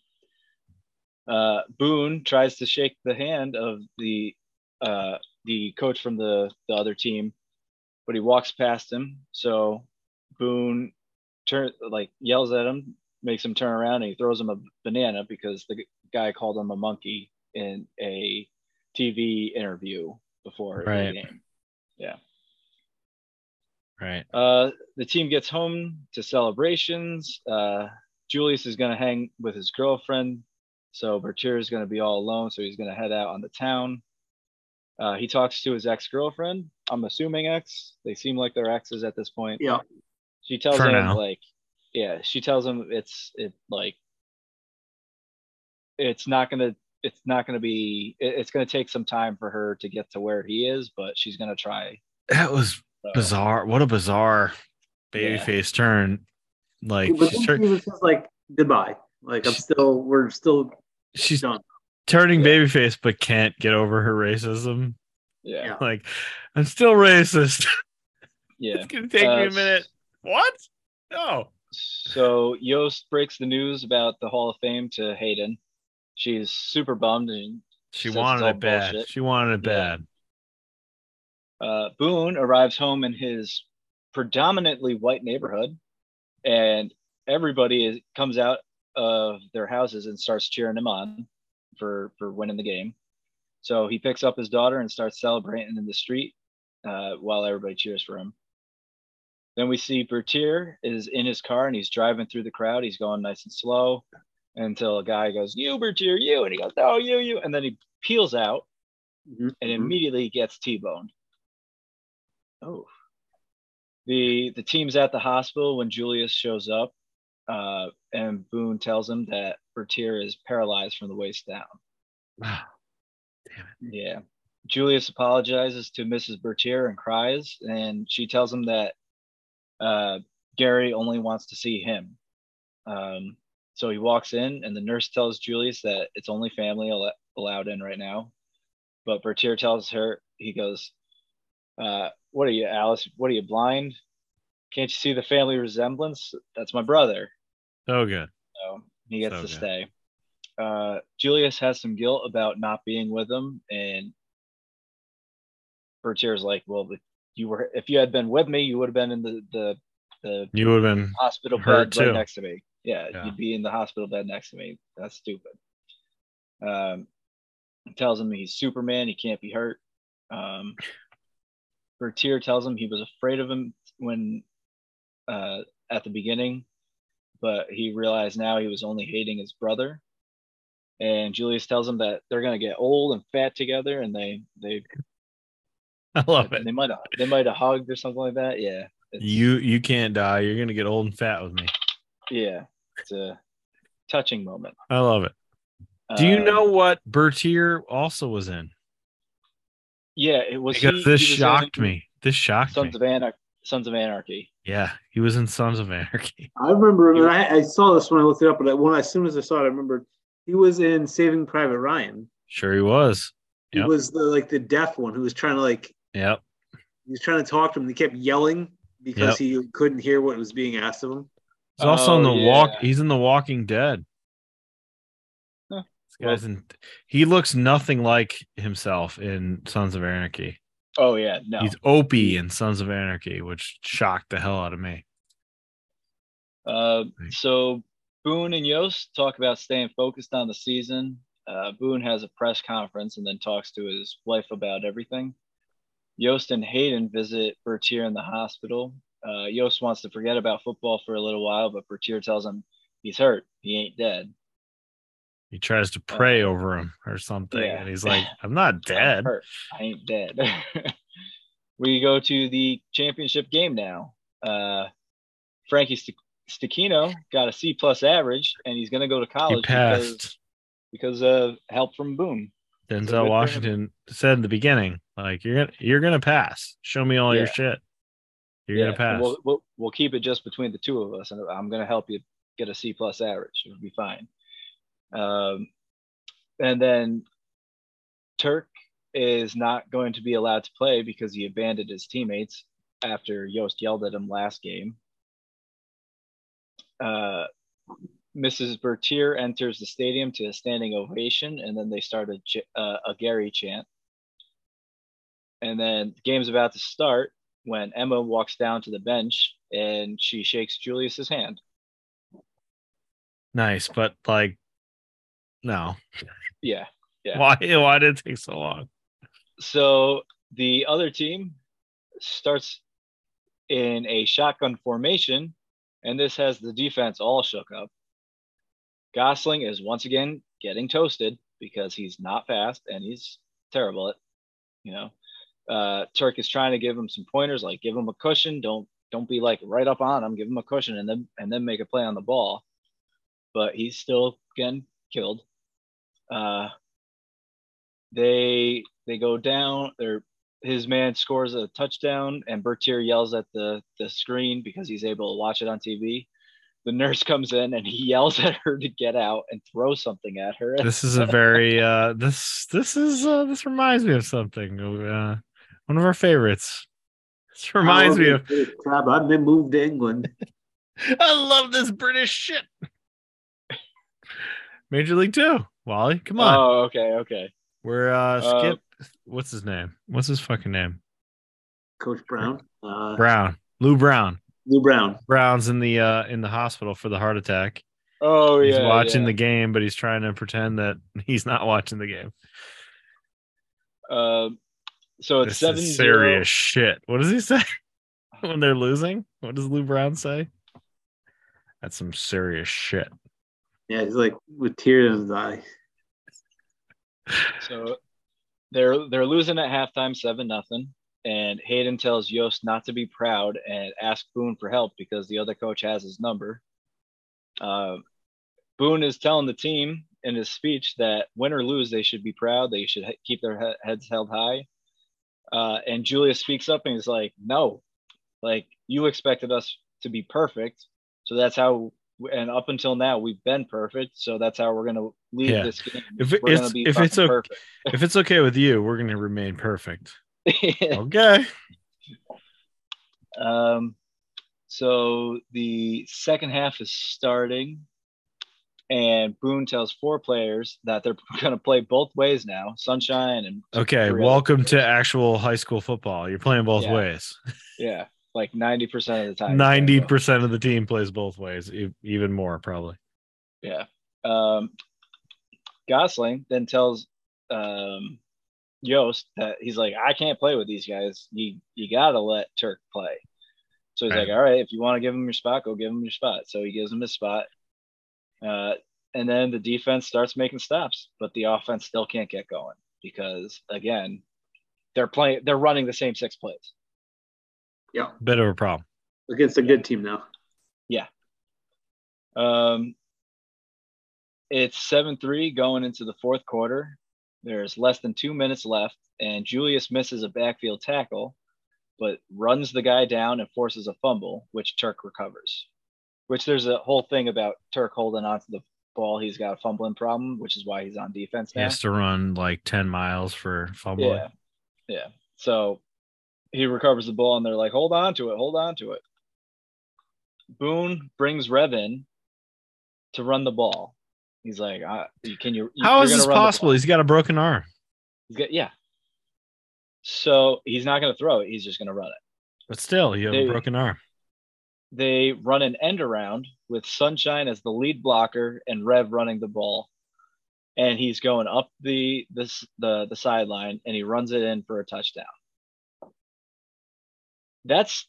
Speaker 4: Uh, Boone tries to shake the hand of the uh, the coach from the, the other team, but he walks past him. So Boone turn like yells at him, makes him turn around, and he throws him a banana because the guy called him a monkey in a TV interview before
Speaker 2: Right.
Speaker 4: the game.
Speaker 2: Right.
Speaker 4: Uh, the team gets home to celebrations. Uh, Julius is going to hang with his girlfriend. So Bertier is going to be all alone. So he's going to head out on the town. Uh, he talks to his ex girlfriend. I'm assuming ex. They seem like they're exes at this point.
Speaker 3: Yeah.
Speaker 4: She tells
Speaker 2: For
Speaker 4: him,
Speaker 2: now.
Speaker 4: like, yeah, she tells him it's, it like, it's not going to, it's not going to be, it- it's going to take some time for her to get to where he is, but she's going to try.
Speaker 2: That was
Speaker 4: So,
Speaker 2: bizarre. What a bizarre
Speaker 4: Yeah.
Speaker 2: babyface turn. Like
Speaker 3: but
Speaker 2: she's,
Speaker 3: then
Speaker 2: tur-
Speaker 3: he was just like, goodbye. Like, I'm still, we're still
Speaker 2: she's
Speaker 3: done.
Speaker 2: turning
Speaker 4: Yeah.
Speaker 2: babyface, but can't get over her racism.
Speaker 4: yeah.
Speaker 2: Like I'm still racist.
Speaker 4: Yeah.
Speaker 2: it's gonna take me
Speaker 4: Uh,
Speaker 2: a minute. What? No.
Speaker 4: So Yost breaks the news about the Hall of Fame to Hayden. She's super bummed, and
Speaker 2: She
Speaker 4: says it's
Speaker 2: wanted
Speaker 4: all
Speaker 2: it bad.
Speaker 4: bullshit.
Speaker 2: She wanted it
Speaker 4: Yeah.
Speaker 2: bad.
Speaker 4: uh, Boone arrives home in his predominantly white neighborhood, and everybody is, comes out of their houses and starts cheering him on for for winning the game. So he picks up his daughter and starts celebrating in the street uh, while everybody cheers for him. Then we see Bertier is in his car and he's driving through the crowd. He's going nice and slow until a guy goes, "You Bertier, you," and he goes, "No, you, you," and then he peels out
Speaker 3: Mhm.
Speaker 4: and
Speaker 3: Mhm.
Speaker 4: immediately gets T-boned. Oh. The the team's at the hospital when Julius shows up, uh, and Boone tells him that Bertier is paralyzed from the waist down. Yeah. Julius apologizes to Mrs. Bertier and cries, and she tells him that uh, Gary only wants to see him. Um, so he walks in, and the nurse tells Julius that it's only family al- allowed in right now. But Bertier tells her, he goes, uh, What are you, Alice? What are you, blind? Can't you see the family resemblance? That's my brother.
Speaker 2: So good.
Speaker 4: So he gets
Speaker 2: So
Speaker 4: to
Speaker 2: good.
Speaker 4: stay. Uh, Julius has some guilt about not being with him, and Bertier's like, "Well, if you were if you had been with me, you would have been in the the, the
Speaker 2: You would have been
Speaker 4: hospital
Speaker 2: Her
Speaker 4: bed
Speaker 2: too.
Speaker 4: right next to me. Yeah,
Speaker 2: Yeah.
Speaker 4: you'd be in the hospital bed next to me. That's stupid." Um, tells him he's Superman. He can't be hurt. Um, Bertier tells him he was afraid of him when uh, at the beginning, but he realized now he was only hating his brother. And Julius tells him that they're gonna get old and fat together, and they they
Speaker 2: I love it.
Speaker 4: They might have they might have hugged or something like that. Yeah. It's,
Speaker 2: You you can't die. You're gonna get old and fat with me.
Speaker 4: yeah. It's a touching moment.
Speaker 2: I love it. Do you
Speaker 4: Uh,
Speaker 2: know what Bertier also was in?
Speaker 4: Yeah, it was
Speaker 2: Because
Speaker 4: he-
Speaker 2: this
Speaker 4: he was
Speaker 2: shocked
Speaker 4: in
Speaker 2: me. This shocked me.
Speaker 4: Sons of Anar- Sons of Anarchy.
Speaker 2: yeah, he was in Sons of Anarchy.
Speaker 3: I remember him, and I, I saw this when I looked it up, but I- when I- as soon as I saw it, I remembered he was in Saving Private Ryan.
Speaker 2: Sure, he was.
Speaker 3: He
Speaker 2: Yep.
Speaker 3: was the, like the deaf one who was trying to like
Speaker 2: Yep.
Speaker 3: he was trying to talk to him. And he kept yelling because he couldn't hear what was being asked of him.
Speaker 2: He's also in
Speaker 4: Oh,
Speaker 2: the walk.
Speaker 4: yeah.
Speaker 2: He's in the Walking Dead.
Speaker 4: Huh.
Speaker 2: This guy's in. He looks nothing like himself in Sons of Anarchy.
Speaker 4: Oh yeah, no.
Speaker 2: He's Opie in Sons of Anarchy, which shocked the hell out of me.
Speaker 4: Uh,
Speaker 2: Right.
Speaker 4: so Boone and Yost talk about staying focused on the season. Uh, Boone has a press conference and then talks to his wife about everything. Yost and Hayden visit Bertier in the hospital. Uh, Yost wants to forget about football for a little while, but Bertier tells him he's hurt. He ain't dead.
Speaker 2: He tries to pray over him or something,
Speaker 4: Uh, yeah.
Speaker 2: and he's like, "I'm not
Speaker 4: I'm
Speaker 2: dead."
Speaker 4: hurt. I ain't dead. we go to the championship game now. Uh, Frankie St- Stakino got a C plus average, and he's going to go to
Speaker 2: He
Speaker 4: college because
Speaker 2: passed.
Speaker 4: because of help from Boone. good for
Speaker 2: Denzel
Speaker 4: him.
Speaker 2: Washington said in the beginning, "Like you're gonna you're gonna pass. Show me all your
Speaker 4: Yeah.
Speaker 2: shit. You're
Speaker 4: Yeah,
Speaker 2: gonna pass."
Speaker 4: We'll, we'll, we'll keep it just between the two of us, and I'm going to help you get a C plus average. It'll be fine. Um, and then Turk is not going to be allowed to play because he abandoned his teammates after Yost yelled at him last game. Uh, Mrs. Bertier enters the stadium to a standing ovation, and then they start a, ch- uh, a Gary chant. And then the game's about to start when Emma walks down to the bench and she shakes Julius's hand.
Speaker 2: nice, but like, no.
Speaker 4: Yeah. Yeah.
Speaker 2: Why why did it take so long?
Speaker 4: So the other team starts in a shotgun formation, and this has the defense all shook up. Gosling is once again getting toasted because he's not fast and he's terrible at, you know. Uh, Turk is trying to give him some pointers, like give him a cushion. Don't don't be like right up on him. Give him a cushion and then and then make a play on the ball. But he's still getting killed. Uh, they they go down or his man scores a touchdown and Bertier yells at the the screen because he's able to watch it on TV. The nurse comes in and he yells at her to get out and throw something at her.
Speaker 2: This is a very uh this this is uh this reminds me of something. Uh one of our favorites. This reminds me of
Speaker 3: Holy crap. I've been moved to England.
Speaker 2: I love this British shit. Major League Two. Wally, come on.
Speaker 4: Oh, okay, okay.
Speaker 2: We're uh
Speaker 4: uh,
Speaker 2: skip what's his name? What's his fucking name?
Speaker 3: Coach Brown, uh,
Speaker 2: Brown. Lou Brown.
Speaker 3: Lou Brown.
Speaker 2: Brown's in the uh in the hospital for the heart attack.
Speaker 4: Oh
Speaker 2: he's
Speaker 4: yeah.
Speaker 2: watching
Speaker 4: yeah.
Speaker 2: the game, but he's trying to pretend that he's not watching the game.
Speaker 4: the. Um, so
Speaker 2: this
Speaker 4: it's seven
Speaker 2: is serious shit. What does he say when they're losing? What does Lou Brown say? That's some serious shit.
Speaker 3: Yeah, he's like with tears in his eye.
Speaker 4: So they're they're losing at halftime, seven nothing. And Hayden tells Yost not to be proud and ask Boone for help because the other coach has his number. Uh, Boone is telling the team in his speech that win or lose, they should be proud. They should he- keep their he- heads held high. Uh, and Julia speaks up and he's like, "No, like you expected us to be perfect, so that's how." And up until now, we've been perfect, so that's how we're gonna leave
Speaker 2: Yeah.
Speaker 4: this game.
Speaker 2: If it-
Speaker 4: We're gonna
Speaker 2: it's-
Speaker 4: be
Speaker 2: if it's
Speaker 4: fucking
Speaker 2: okay-
Speaker 4: perfect.
Speaker 2: If it's okay with you, we're gonna remain perfect. Okay.
Speaker 4: um, so the second half is starting, and Boone tells four players that they're going to play both ways now, sunshine and
Speaker 2: Okay.
Speaker 4: Really?
Speaker 2: Welcome to actual high school football. You're playing both
Speaker 4: Yeah.
Speaker 2: ways.
Speaker 4: yeah, like ninety percent of the time.
Speaker 2: Ninety percent of the team plays both ways, e- even more probably.
Speaker 4: Yeah. Um, Gosling then tells um, Yost that he's like, I can't play with these guys. You you gotta let Turk play. So he's
Speaker 2: Right.
Speaker 4: like, all right, if you want to give him your spot, go give him your spot. So he gives him his spot, uh, and then the defense starts making stops, but the offense still can't get going because again, they're playing they're running the same six plays.
Speaker 2: Bit of a problem.
Speaker 3: against a good team now.
Speaker 4: Um, it's 7 3 going into the fourth quarter. There's less than two minutes left, and Julius misses a backfield tackle, but runs the guy down and forces a fumble, which Turk recovers. Which there's a whole thing about Turk holding onto the ball. He's got a fumbling problem, which is why he's on defense
Speaker 2: He
Speaker 4: now.
Speaker 2: has to run like 10 miles for fumble.
Speaker 4: Yeah. Yeah. So he recovers the ball and they're like, hold on to it, hold on to it. Boone brings Rev in to run the ball. He's like, I, can you? you-
Speaker 2: How
Speaker 4: you're
Speaker 2: is
Speaker 4: gonna
Speaker 2: this
Speaker 4: run the
Speaker 2: possible?
Speaker 4: ball.
Speaker 2: He's got a broken arm.
Speaker 4: He's got- yeah. So he's not going to throw it. He's just going to run it.
Speaker 2: But still, you have
Speaker 4: Dude.
Speaker 2: a broken arm.
Speaker 4: They run an end around with Sunshine as the lead blocker and Rev running the ball. And he's going up the this the the sideline and he runs it in for a touchdown. that's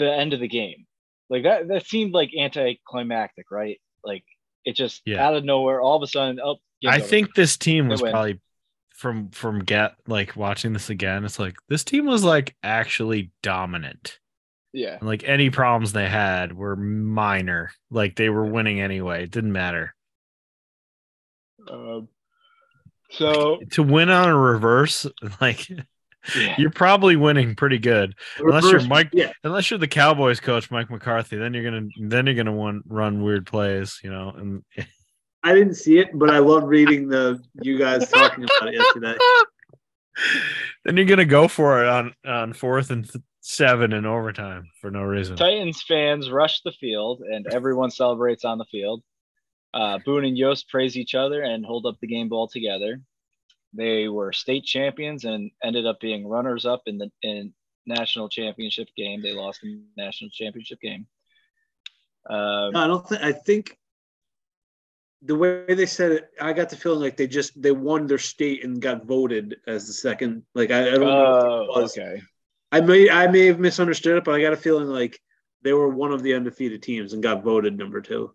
Speaker 4: the end of the game. Like that that seemed like anticlimactic, right? Like it just
Speaker 2: Yeah.
Speaker 4: out of nowhere, all of a sudden, oh, game's
Speaker 2: I
Speaker 4: over.
Speaker 2: think this team was
Speaker 4: win.
Speaker 2: probably from from get like watching this again. It's like this team was like actually dominant.
Speaker 4: yeah,
Speaker 2: And, like any problems they had were minor. Like they were winning anyway. It didn't matter.
Speaker 4: um, so
Speaker 2: To win on a reverse, like
Speaker 4: yeah,
Speaker 2: you're probably winning pretty good. Unless you're Mike-
Speaker 3: yeah,
Speaker 2: Unless you're the Cowboys coach, Mike McCarthy, then you're gonna then you're gonna want, run weird plays, you know. And
Speaker 3: I didn't see it, but I loved reading the you guys talking about it yesterday.
Speaker 2: then you're gonna go for it on on fourth and th- seven in overtime for no reason.
Speaker 4: Titans fans rush the field and everyone celebrates on the field. Uh, Boone and Yost praise each other and hold up the game ball together. They were state champions and ended up being runners up in the in national championship game. They lost the national championship game. Um,
Speaker 3: No, I don't think. I think the way they said it, I got the feeling like they just they won their state and got voted as the second. Like I, I don't know. If it
Speaker 4: Oh,
Speaker 3: was.
Speaker 4: okay.
Speaker 3: I may I may have misunderstood it, but I got a feeling like they were one of the undefeated teams and got voted number two.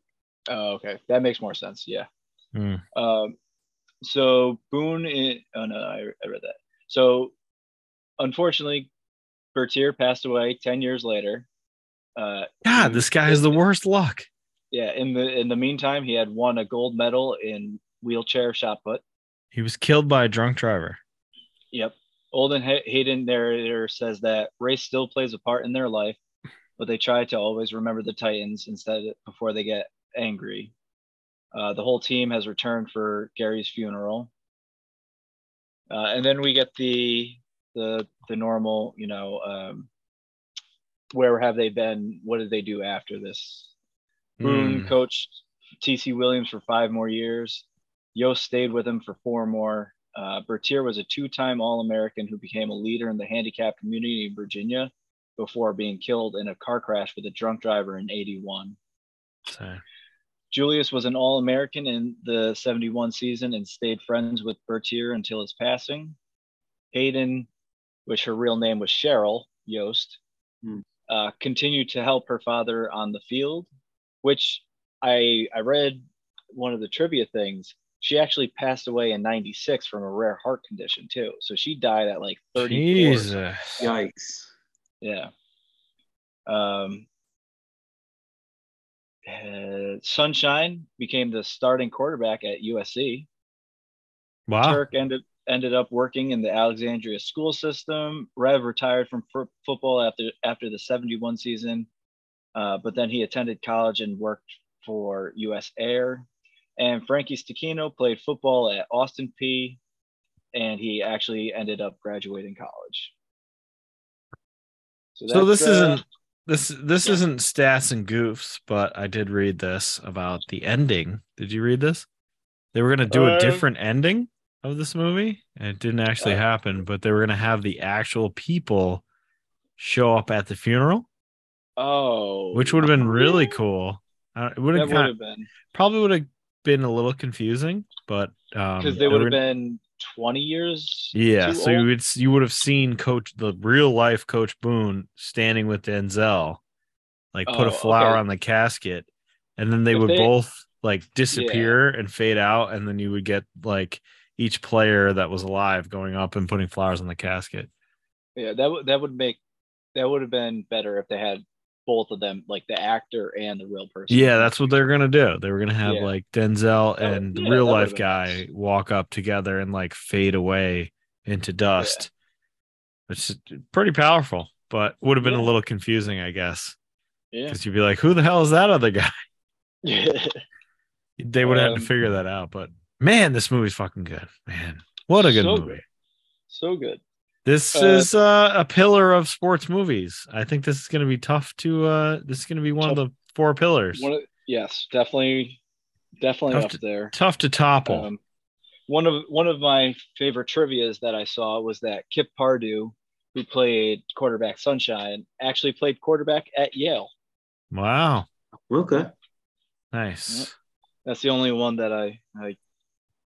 Speaker 4: Oh, okay. That makes more sense. Yeah.
Speaker 2: Hmm.
Speaker 4: Um, so Boone. i- oh no, I, I read that. So, unfortunately, Bertier passed away ten years later. Uh,
Speaker 2: God,
Speaker 4: he-
Speaker 2: this guy has the worst luck.
Speaker 4: Yeah. In the in the meantime, he had won a gold medal in wheelchair shot put.
Speaker 2: He was killed by a drunk driver.
Speaker 4: Yep. Olden Hay- Hayden narrator says that race still plays a part in their life, but they try to always remember the Titans instead before they get angry. Uh, the whole team has returned for Gary's funeral, uh, and then we get the the the normal, you know, um, where have they been? What did they do after this? Boone
Speaker 2: Mm.
Speaker 4: coached TC Williams for five more years. Yost stayed with him for four more. Uh, Bertier was a two time All American who became a leader in the handicapped community in Virginia before being killed in a car crash with a drunk driver in 81.
Speaker 2: So,
Speaker 4: Julius was an All American in the 71 season and stayed friends with Bertier until his passing. Hayden, which her real name was Cheryl Yost,
Speaker 3: Hmm.
Speaker 4: uh, continued to help her father on the field, which I, I read one of the trivia things. She actually passed away in 96 from a rare heart condition, too. So she died at like 34.
Speaker 2: Jesus.
Speaker 3: Yikes!
Speaker 4: Yeah. Um, uh, Sunshine became the starting quarterback at USC.
Speaker 2: Wow.
Speaker 4: Turk ended ended up working in the Alexandria school system. Rev retired from fo- football after after the 71 season, uh, but then he attended college and worked for US Air. And Frankie Stakino played football at Austin P, and he actually ended up graduating college.
Speaker 2: So
Speaker 4: that's,
Speaker 2: this
Speaker 4: uh,
Speaker 2: isn't this this
Speaker 4: yeah.
Speaker 2: isn't stats and goofs, but I did read this about the ending. Did you read this? They were gonna do
Speaker 4: Uh,
Speaker 2: a different ending of this movie, and it didn't actually
Speaker 4: Uh,
Speaker 2: happen. But they were gonna have the actual people show up at the funeral,
Speaker 4: Oh,
Speaker 2: which would have been really cool. Uh, it would
Speaker 4: that
Speaker 2: have
Speaker 4: would have been
Speaker 2: probably would have been a little confusing, but um,
Speaker 4: because
Speaker 2: they
Speaker 4: they would
Speaker 2: were-
Speaker 4: have been twenty years.
Speaker 2: Yeah,
Speaker 4: too
Speaker 2: so
Speaker 4: old.
Speaker 2: you would you would have seen Coach the real life Coach Boone standing with Denzel, like put
Speaker 4: Oh,
Speaker 2: a flower
Speaker 4: okay.
Speaker 2: on the casket, and then they
Speaker 4: If
Speaker 2: would
Speaker 4: they-
Speaker 2: both like disappear and fade out, and then you would get like each player that was alive going up and putting flowers on the casket.
Speaker 4: Yeah, that would that would make that would have been better if they had both of them, like the actor and the real person.
Speaker 2: Yeah, that's what they're gonna do. They were gonna have
Speaker 4: Yeah.
Speaker 2: like Denzel
Speaker 4: That would-
Speaker 2: and
Speaker 4: yeah,
Speaker 2: real
Speaker 4: that
Speaker 2: life
Speaker 4: would've been
Speaker 2: guy
Speaker 4: nice.
Speaker 2: walk up together and like fade away into dust. Which is pretty powerful, but would have been a
Speaker 4: Yeah.
Speaker 2: little confusing, I guess.
Speaker 4: yeah.
Speaker 2: Because you'd be like, who the hell is that other guy? They would have had
Speaker 4: Um,
Speaker 2: to figure that out. But man, this movie's fucking good. Man, what a good
Speaker 4: So
Speaker 2: movie.
Speaker 4: good. so good.
Speaker 2: This
Speaker 4: Uh,
Speaker 2: is uh, a pillar of sports movies. I think this is going to be tough to. Uh, this is going to be one of the four pillars.
Speaker 4: One of, yes, definitely, definitely
Speaker 2: Tough
Speaker 4: up
Speaker 2: to-
Speaker 4: there.
Speaker 2: tough to topple.
Speaker 4: Um, one of one of my favorite trivia's that I saw was that Kip Pardue, who played quarterback Sunshine, actually played quarterback at Yale.
Speaker 2: wow,
Speaker 3: Okay.
Speaker 2: nice.
Speaker 4: That's the only one that I, I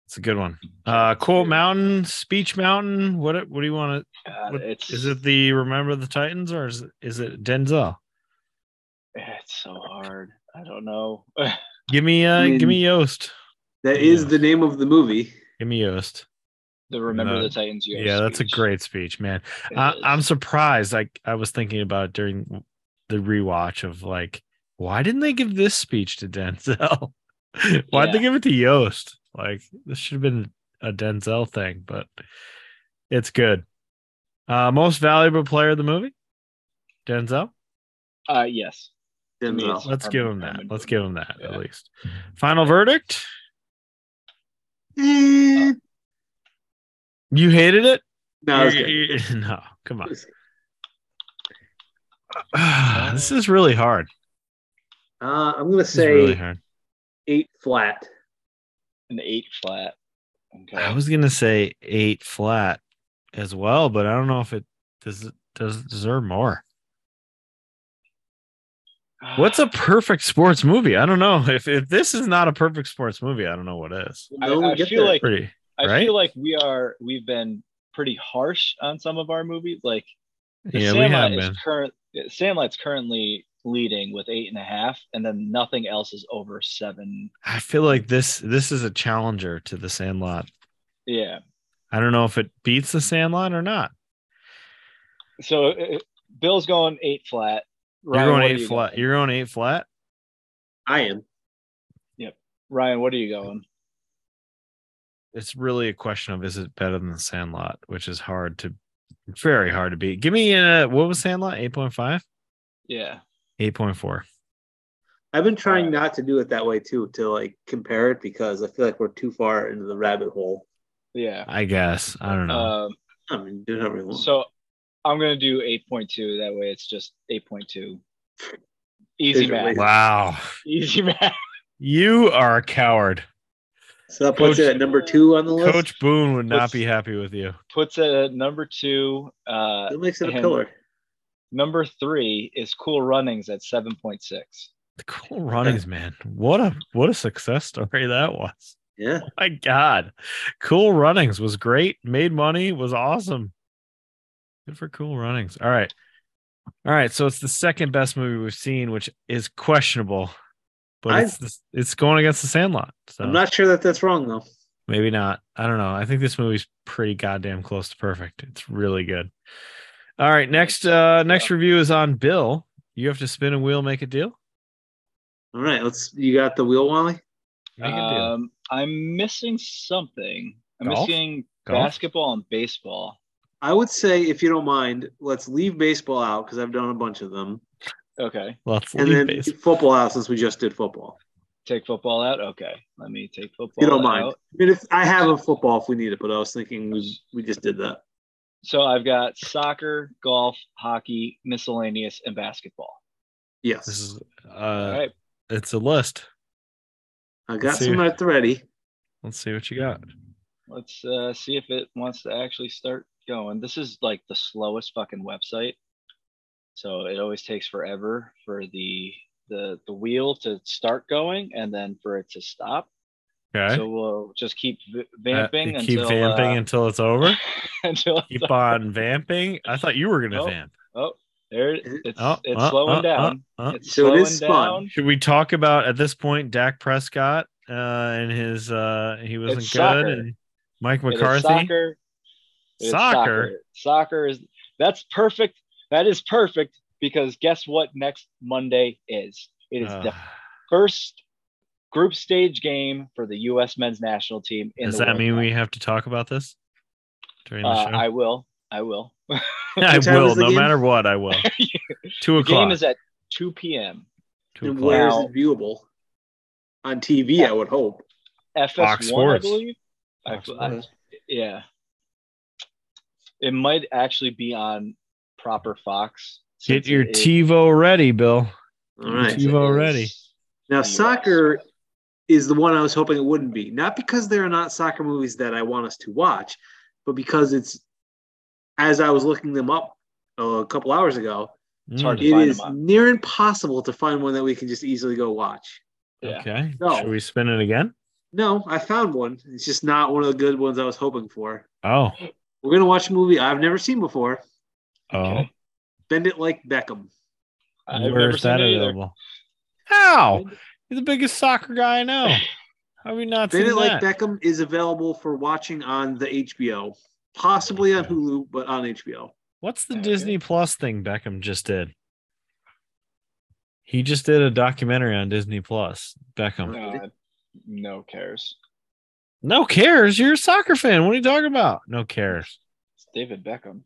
Speaker 2: It's a good one. Uh, quote mountain, speech mountain. What? What do you want
Speaker 4: God,
Speaker 2: What-
Speaker 4: it's
Speaker 2: to? Is it the Remember the Titans or is is it Denzel?
Speaker 4: it's so hard. I don't know.
Speaker 2: Give me, uh,
Speaker 3: I mean-
Speaker 2: give me Yost.
Speaker 3: That is the name of the movie.
Speaker 2: Give me Yost.
Speaker 4: the Remember
Speaker 2: No.
Speaker 4: the Titans. Year
Speaker 2: Yeah, that's a
Speaker 4: speech.
Speaker 2: great speech, man.
Speaker 4: It
Speaker 2: I,
Speaker 4: is.
Speaker 2: I'm surprised. Like I was thinking about during the rewatch of like, why didn't they give this speech to Denzel? Why'd they
Speaker 4: Yeah.
Speaker 2: give it to Yost? Like this should have been a Denzel thing, but it's good. Uh, most valuable player of the movie, Denzel.
Speaker 4: Uh, yes.
Speaker 3: Denzel.
Speaker 4: Yes.
Speaker 2: Let's
Speaker 4: I'm-
Speaker 2: give him
Speaker 4: I'm
Speaker 2: that.
Speaker 4: in
Speaker 2: Let's
Speaker 4: agreement.
Speaker 2: give him that at
Speaker 4: Yeah.
Speaker 2: least. Final verdict.
Speaker 3: Eh,
Speaker 2: You hated it?
Speaker 3: no, it's good.
Speaker 2: You- you- no, come on. this is really hard.
Speaker 3: Uh, I'm gonna
Speaker 2: This is
Speaker 3: say
Speaker 2: really hard.
Speaker 3: eight flat.
Speaker 4: An eight flat. Okay.
Speaker 2: I was gonna say eight flat as well, but I don't know if it does it does it deserve more. What's a perfect sports movie? I don't know. If if this is not a perfect sports movie, I don't know what is.
Speaker 4: I,
Speaker 3: No, we
Speaker 4: I
Speaker 3: get
Speaker 4: feel
Speaker 3: there.
Speaker 4: like
Speaker 2: Pretty
Speaker 4: I
Speaker 2: right?
Speaker 4: feel like we are we've been pretty harsh on some of our movies. Like the
Speaker 2: yeah, we have
Speaker 4: Sandlot
Speaker 2: been.
Speaker 4: is current Sandlot's currently leading with eight and a half, and then nothing else is over seven.
Speaker 2: I feel like this this is a challenger to the Sandlot.
Speaker 4: Yeah.
Speaker 2: I don't know if it beats the Sandlot or not.
Speaker 4: So uh, Bill's going eight flat. Ryan,
Speaker 2: You're
Speaker 4: what
Speaker 2: going
Speaker 4: are
Speaker 2: eight
Speaker 4: you
Speaker 2: flat.
Speaker 4: going?
Speaker 2: You're going eight flat.
Speaker 3: I am.
Speaker 4: Ryan, what are you going?
Speaker 2: It's really a question of is it better than the Sandlot, which is hard to very hard to beat. Give me a what was Sandlot? 8.5?
Speaker 4: Yeah.
Speaker 2: 8.4.
Speaker 3: I've been trying not to do it that way too, to like compare it because I feel like we're too far into the rabbit hole.
Speaker 4: Yeah.
Speaker 2: I guess. I don't know.
Speaker 4: Um,
Speaker 3: I mean, do whatever you want.
Speaker 4: so I'm gonna do eight point two. That way, it's just eight point two. Easy
Speaker 3: Either way.
Speaker 4: math.
Speaker 2: Wow.
Speaker 4: Easy math.
Speaker 2: You are a coward.
Speaker 3: So that puts
Speaker 2: Coach-
Speaker 3: it at number two on the list.
Speaker 2: Coach Boone would not
Speaker 4: Let's-
Speaker 2: be happy with you.
Speaker 4: Puts it at number two. Uh,
Speaker 3: that makes it a
Speaker 4: and-
Speaker 3: pillar.
Speaker 4: Number three is Cool Runnings at 7.6.
Speaker 2: The cool runnings, man. What a what a success story that was.
Speaker 3: Yeah.
Speaker 2: My God. Cool runnings was great. Made money was awesome. Good for cool runnings. All right. All right. So it's the second best movie we've seen, which is questionable. But
Speaker 3: I-
Speaker 2: it's the- it's going against the sandlot. So
Speaker 3: I'm not sure that that's wrong though.
Speaker 2: Maybe not. I don't know. I think this movie's pretty goddamn close to perfect. It's really good. All right, next uh next review is on Bill. You have to spin a wheel, make a deal.
Speaker 3: All right, let's. You got the wheel, Wally.
Speaker 2: Make a
Speaker 3: Uh,
Speaker 2: deal.
Speaker 4: Um, I'm missing something. I'm
Speaker 2: Golf?
Speaker 4: missing
Speaker 2: Golf?
Speaker 4: basketball and baseball.
Speaker 3: I would say, if you don't mind, let's leave baseball out because I've done a bunch of them,
Speaker 4: Okay.
Speaker 2: Let's
Speaker 3: and
Speaker 2: leave
Speaker 3: then
Speaker 2: base.
Speaker 3: do football out since we just did football.
Speaker 4: Take football out. Okay. Let me take football
Speaker 3: If you don't mind.
Speaker 4: out.
Speaker 3: I mean, if I have a football, if we need it, but I was thinking we, we just did that.
Speaker 4: So I've got soccer, golf, hockey, miscellaneous, and basketball.
Speaker 3: Yes,
Speaker 2: This is uh
Speaker 4: All right.
Speaker 2: it's a list.
Speaker 3: I got
Speaker 2: see.
Speaker 3: some at ready.
Speaker 2: Let's see what you got.
Speaker 4: Let's uh, see if it wants to actually start going. This is like the slowest fucking website. So it always takes forever for the the the wheel to start going and then for it to stop.
Speaker 2: Okay.
Speaker 4: So we'll just keep v-
Speaker 2: Uh,
Speaker 4: vamping
Speaker 2: keep
Speaker 4: until
Speaker 2: vamping
Speaker 4: uh,
Speaker 2: until it's over.
Speaker 4: until
Speaker 2: Keep on vamping. I thought you were gonna
Speaker 4: Oh,
Speaker 2: vamp.
Speaker 4: oh there it- it's
Speaker 2: Oh,
Speaker 4: it's
Speaker 2: oh,
Speaker 4: slowing
Speaker 2: oh,
Speaker 4: down.
Speaker 2: oh, oh.
Speaker 4: It's
Speaker 3: So
Speaker 4: slowing
Speaker 3: it is spun.
Speaker 4: down.
Speaker 2: Should we talk about at this point Dak Prescott uh, and his uh, he wasn't
Speaker 4: It's
Speaker 2: good
Speaker 4: soccer.
Speaker 2: and Mike
Speaker 4: It is
Speaker 2: McCarthy?
Speaker 4: soccer. It is
Speaker 2: Soccer?
Speaker 4: Soccer is That's perfect. That is perfect because guess what next Monday is? It is the
Speaker 2: Uh,
Speaker 4: first group stage game for the U.S. men's national team. In
Speaker 2: does
Speaker 4: the
Speaker 2: that
Speaker 4: World
Speaker 2: mean
Speaker 4: Cup.
Speaker 2: we have to talk about this during the
Speaker 4: Uh,
Speaker 2: show?
Speaker 4: I will. I will.
Speaker 2: I,
Speaker 3: What time
Speaker 2: will,
Speaker 3: is the
Speaker 2: no
Speaker 3: game?
Speaker 2: matter what, I will. Two
Speaker 4: The game
Speaker 2: o'clock.
Speaker 4: is at 2 p.m.
Speaker 2: Two
Speaker 3: And
Speaker 2: o'clock.
Speaker 3: where is
Speaker 4: Wow.
Speaker 3: it viewable? On TV, I would hope.
Speaker 4: FS1,
Speaker 2: Fox Sports.
Speaker 4: I believe. I-
Speaker 2: Fox
Speaker 4: I-
Speaker 2: Sports.
Speaker 4: yeah. It might actually be on proper Fox.
Speaker 2: Get
Speaker 4: since
Speaker 2: your
Speaker 4: it is-
Speaker 2: TiVo ready, Bill.
Speaker 3: All right.
Speaker 4: since it
Speaker 2: TiVo
Speaker 4: is
Speaker 2: ready.
Speaker 3: Now,
Speaker 4: US.
Speaker 3: soccer is the one I was hoping it wouldn't be. Not because there are not soccer movies that I want us to watch, but because it's, as I was looking them up uh, a couple hours ago,
Speaker 4: It's hard
Speaker 2: Mm,
Speaker 4: to
Speaker 3: it
Speaker 4: find
Speaker 3: is
Speaker 4: them on-
Speaker 3: near impossible to find one that we can just easily go watch.
Speaker 4: Yeah.
Speaker 2: Okay.
Speaker 3: No.
Speaker 2: Should we spin it again?
Speaker 3: No, I found one. It's just not one of the good ones I was hoping for.
Speaker 2: Oh.
Speaker 3: We're going to watch a movie I've never seen before
Speaker 2: Oh.
Speaker 4: Okay.
Speaker 3: Bend It Like Beckham.
Speaker 4: I've
Speaker 2: Where
Speaker 4: never
Speaker 2: is
Speaker 4: seen
Speaker 2: that
Speaker 4: it either.
Speaker 2: available? How? You're the biggest soccer guy I know. How have you not
Speaker 3: Bend
Speaker 2: seen
Speaker 3: It Like
Speaker 2: that?
Speaker 3: Beckham is available for watching on the HBO, possibly on
Speaker 2: Okay.
Speaker 3: Hulu, but on HBO.
Speaker 2: What's the
Speaker 4: Okay.
Speaker 2: Disney Plus thing Beckham just did? He just did a documentary on Disney Plus. Beckham.
Speaker 4: God, no cares.
Speaker 2: No cares. You're a soccer fan. What are you talking about? No cares.
Speaker 4: It's David Beckham.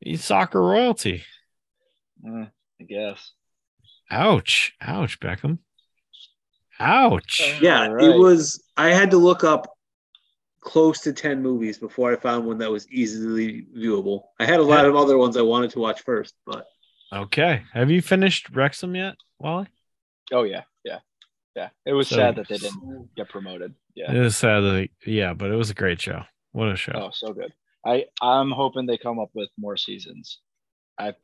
Speaker 2: He's soccer royalty.
Speaker 4: Eh, I guess.
Speaker 2: Ouch. Ouch, Beckham.
Speaker 4: Uh,
Speaker 2: Ouch.
Speaker 3: Yeah,
Speaker 4: Alright.
Speaker 3: it was. I had to look up close to 10 movies before I found one that was easily viewable. I had a lot of other ones I wanted to watch first, but
Speaker 2: Okay. Have you finished Wrexham yet, Wally?
Speaker 4: Oh yeah, yeah, yeah. It was
Speaker 2: So-
Speaker 4: sad that they didn't get promoted. Yeah.
Speaker 2: It is sad that, yeah, but it was a great show. What a show.
Speaker 4: Oh, so good. I I'm hoping they come up with more seasons.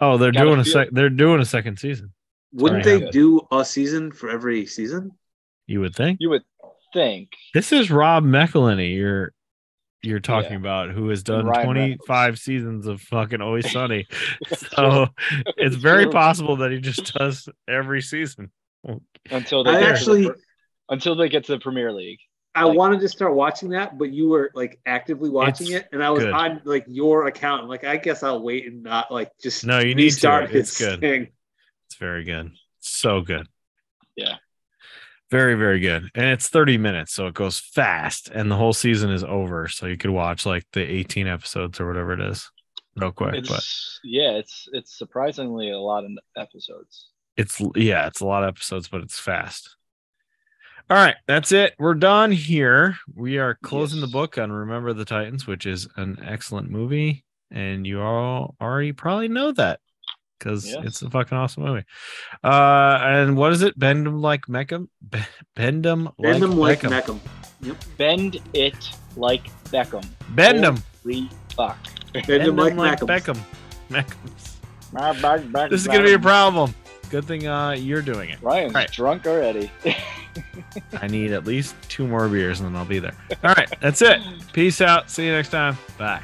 Speaker 2: Oh, they're
Speaker 4: Gotta
Speaker 2: doing a
Speaker 4: feel-
Speaker 2: sec. They're doing a second season.
Speaker 3: wouldn't
Speaker 2: Sorry.
Speaker 3: they do a season for every season?
Speaker 2: You would think
Speaker 4: You would think.
Speaker 2: this is Rob McElhenney. You're you're talking
Speaker 4: Yeah.
Speaker 2: about who has done
Speaker 4: Ryan
Speaker 2: 25 seasons of fucking Always Sunny. so it's very
Speaker 3: true.
Speaker 2: possible that he just does every season.
Speaker 4: until they
Speaker 3: I
Speaker 4: get to the
Speaker 3: actually.
Speaker 4: pre- until they get to the Premier League.
Speaker 3: I
Speaker 4: like-
Speaker 3: wanted to start watching that, but you were like actively watching
Speaker 2: It's
Speaker 3: it, and I was
Speaker 2: good.
Speaker 3: on like your account. I'm like, I guess I'll wait and not like just
Speaker 2: No, you need to.
Speaker 3: restart
Speaker 2: It's
Speaker 3: his
Speaker 2: good.
Speaker 3: thing.
Speaker 2: It's very good. So good.
Speaker 4: Yeah.
Speaker 2: Very, very good. And it's 30 minutes, so it goes fast. And the whole season is over. So you could watch like the 18 episodes or whatever it is real quick.
Speaker 4: It's,
Speaker 2: but
Speaker 4: Yeah, it's it's surprisingly a lot of episodes.
Speaker 2: it's yeah, it's a lot of episodes, but it's fast. All right, that's it. We're done here. We are closing
Speaker 4: Yes.
Speaker 2: the book on Remember the Titans, which is an excellent movie, and you all already probably know that because
Speaker 4: Yes.
Speaker 2: it's a fucking awesome movie. Uh, and what is it? Bend 'em like Meckham. Bend 'em like,
Speaker 3: Bend them like
Speaker 2: Beckham.
Speaker 3: Beckham.
Speaker 4: Bend it like Beckham.
Speaker 2: Bend 'em.
Speaker 4: Holy fuck.
Speaker 3: Bend them like,
Speaker 2: like
Speaker 3: Beckham.
Speaker 2: Beckham. Meckhams. This
Speaker 4: This
Speaker 2: is gonna be a problem. Good thing uh, you're doing it.
Speaker 4: Ryan's
Speaker 2: Right.
Speaker 4: drunk already.
Speaker 2: I need at least two more beers and then I'll be there. All right, that's it. Peace out. See you next time. Bye.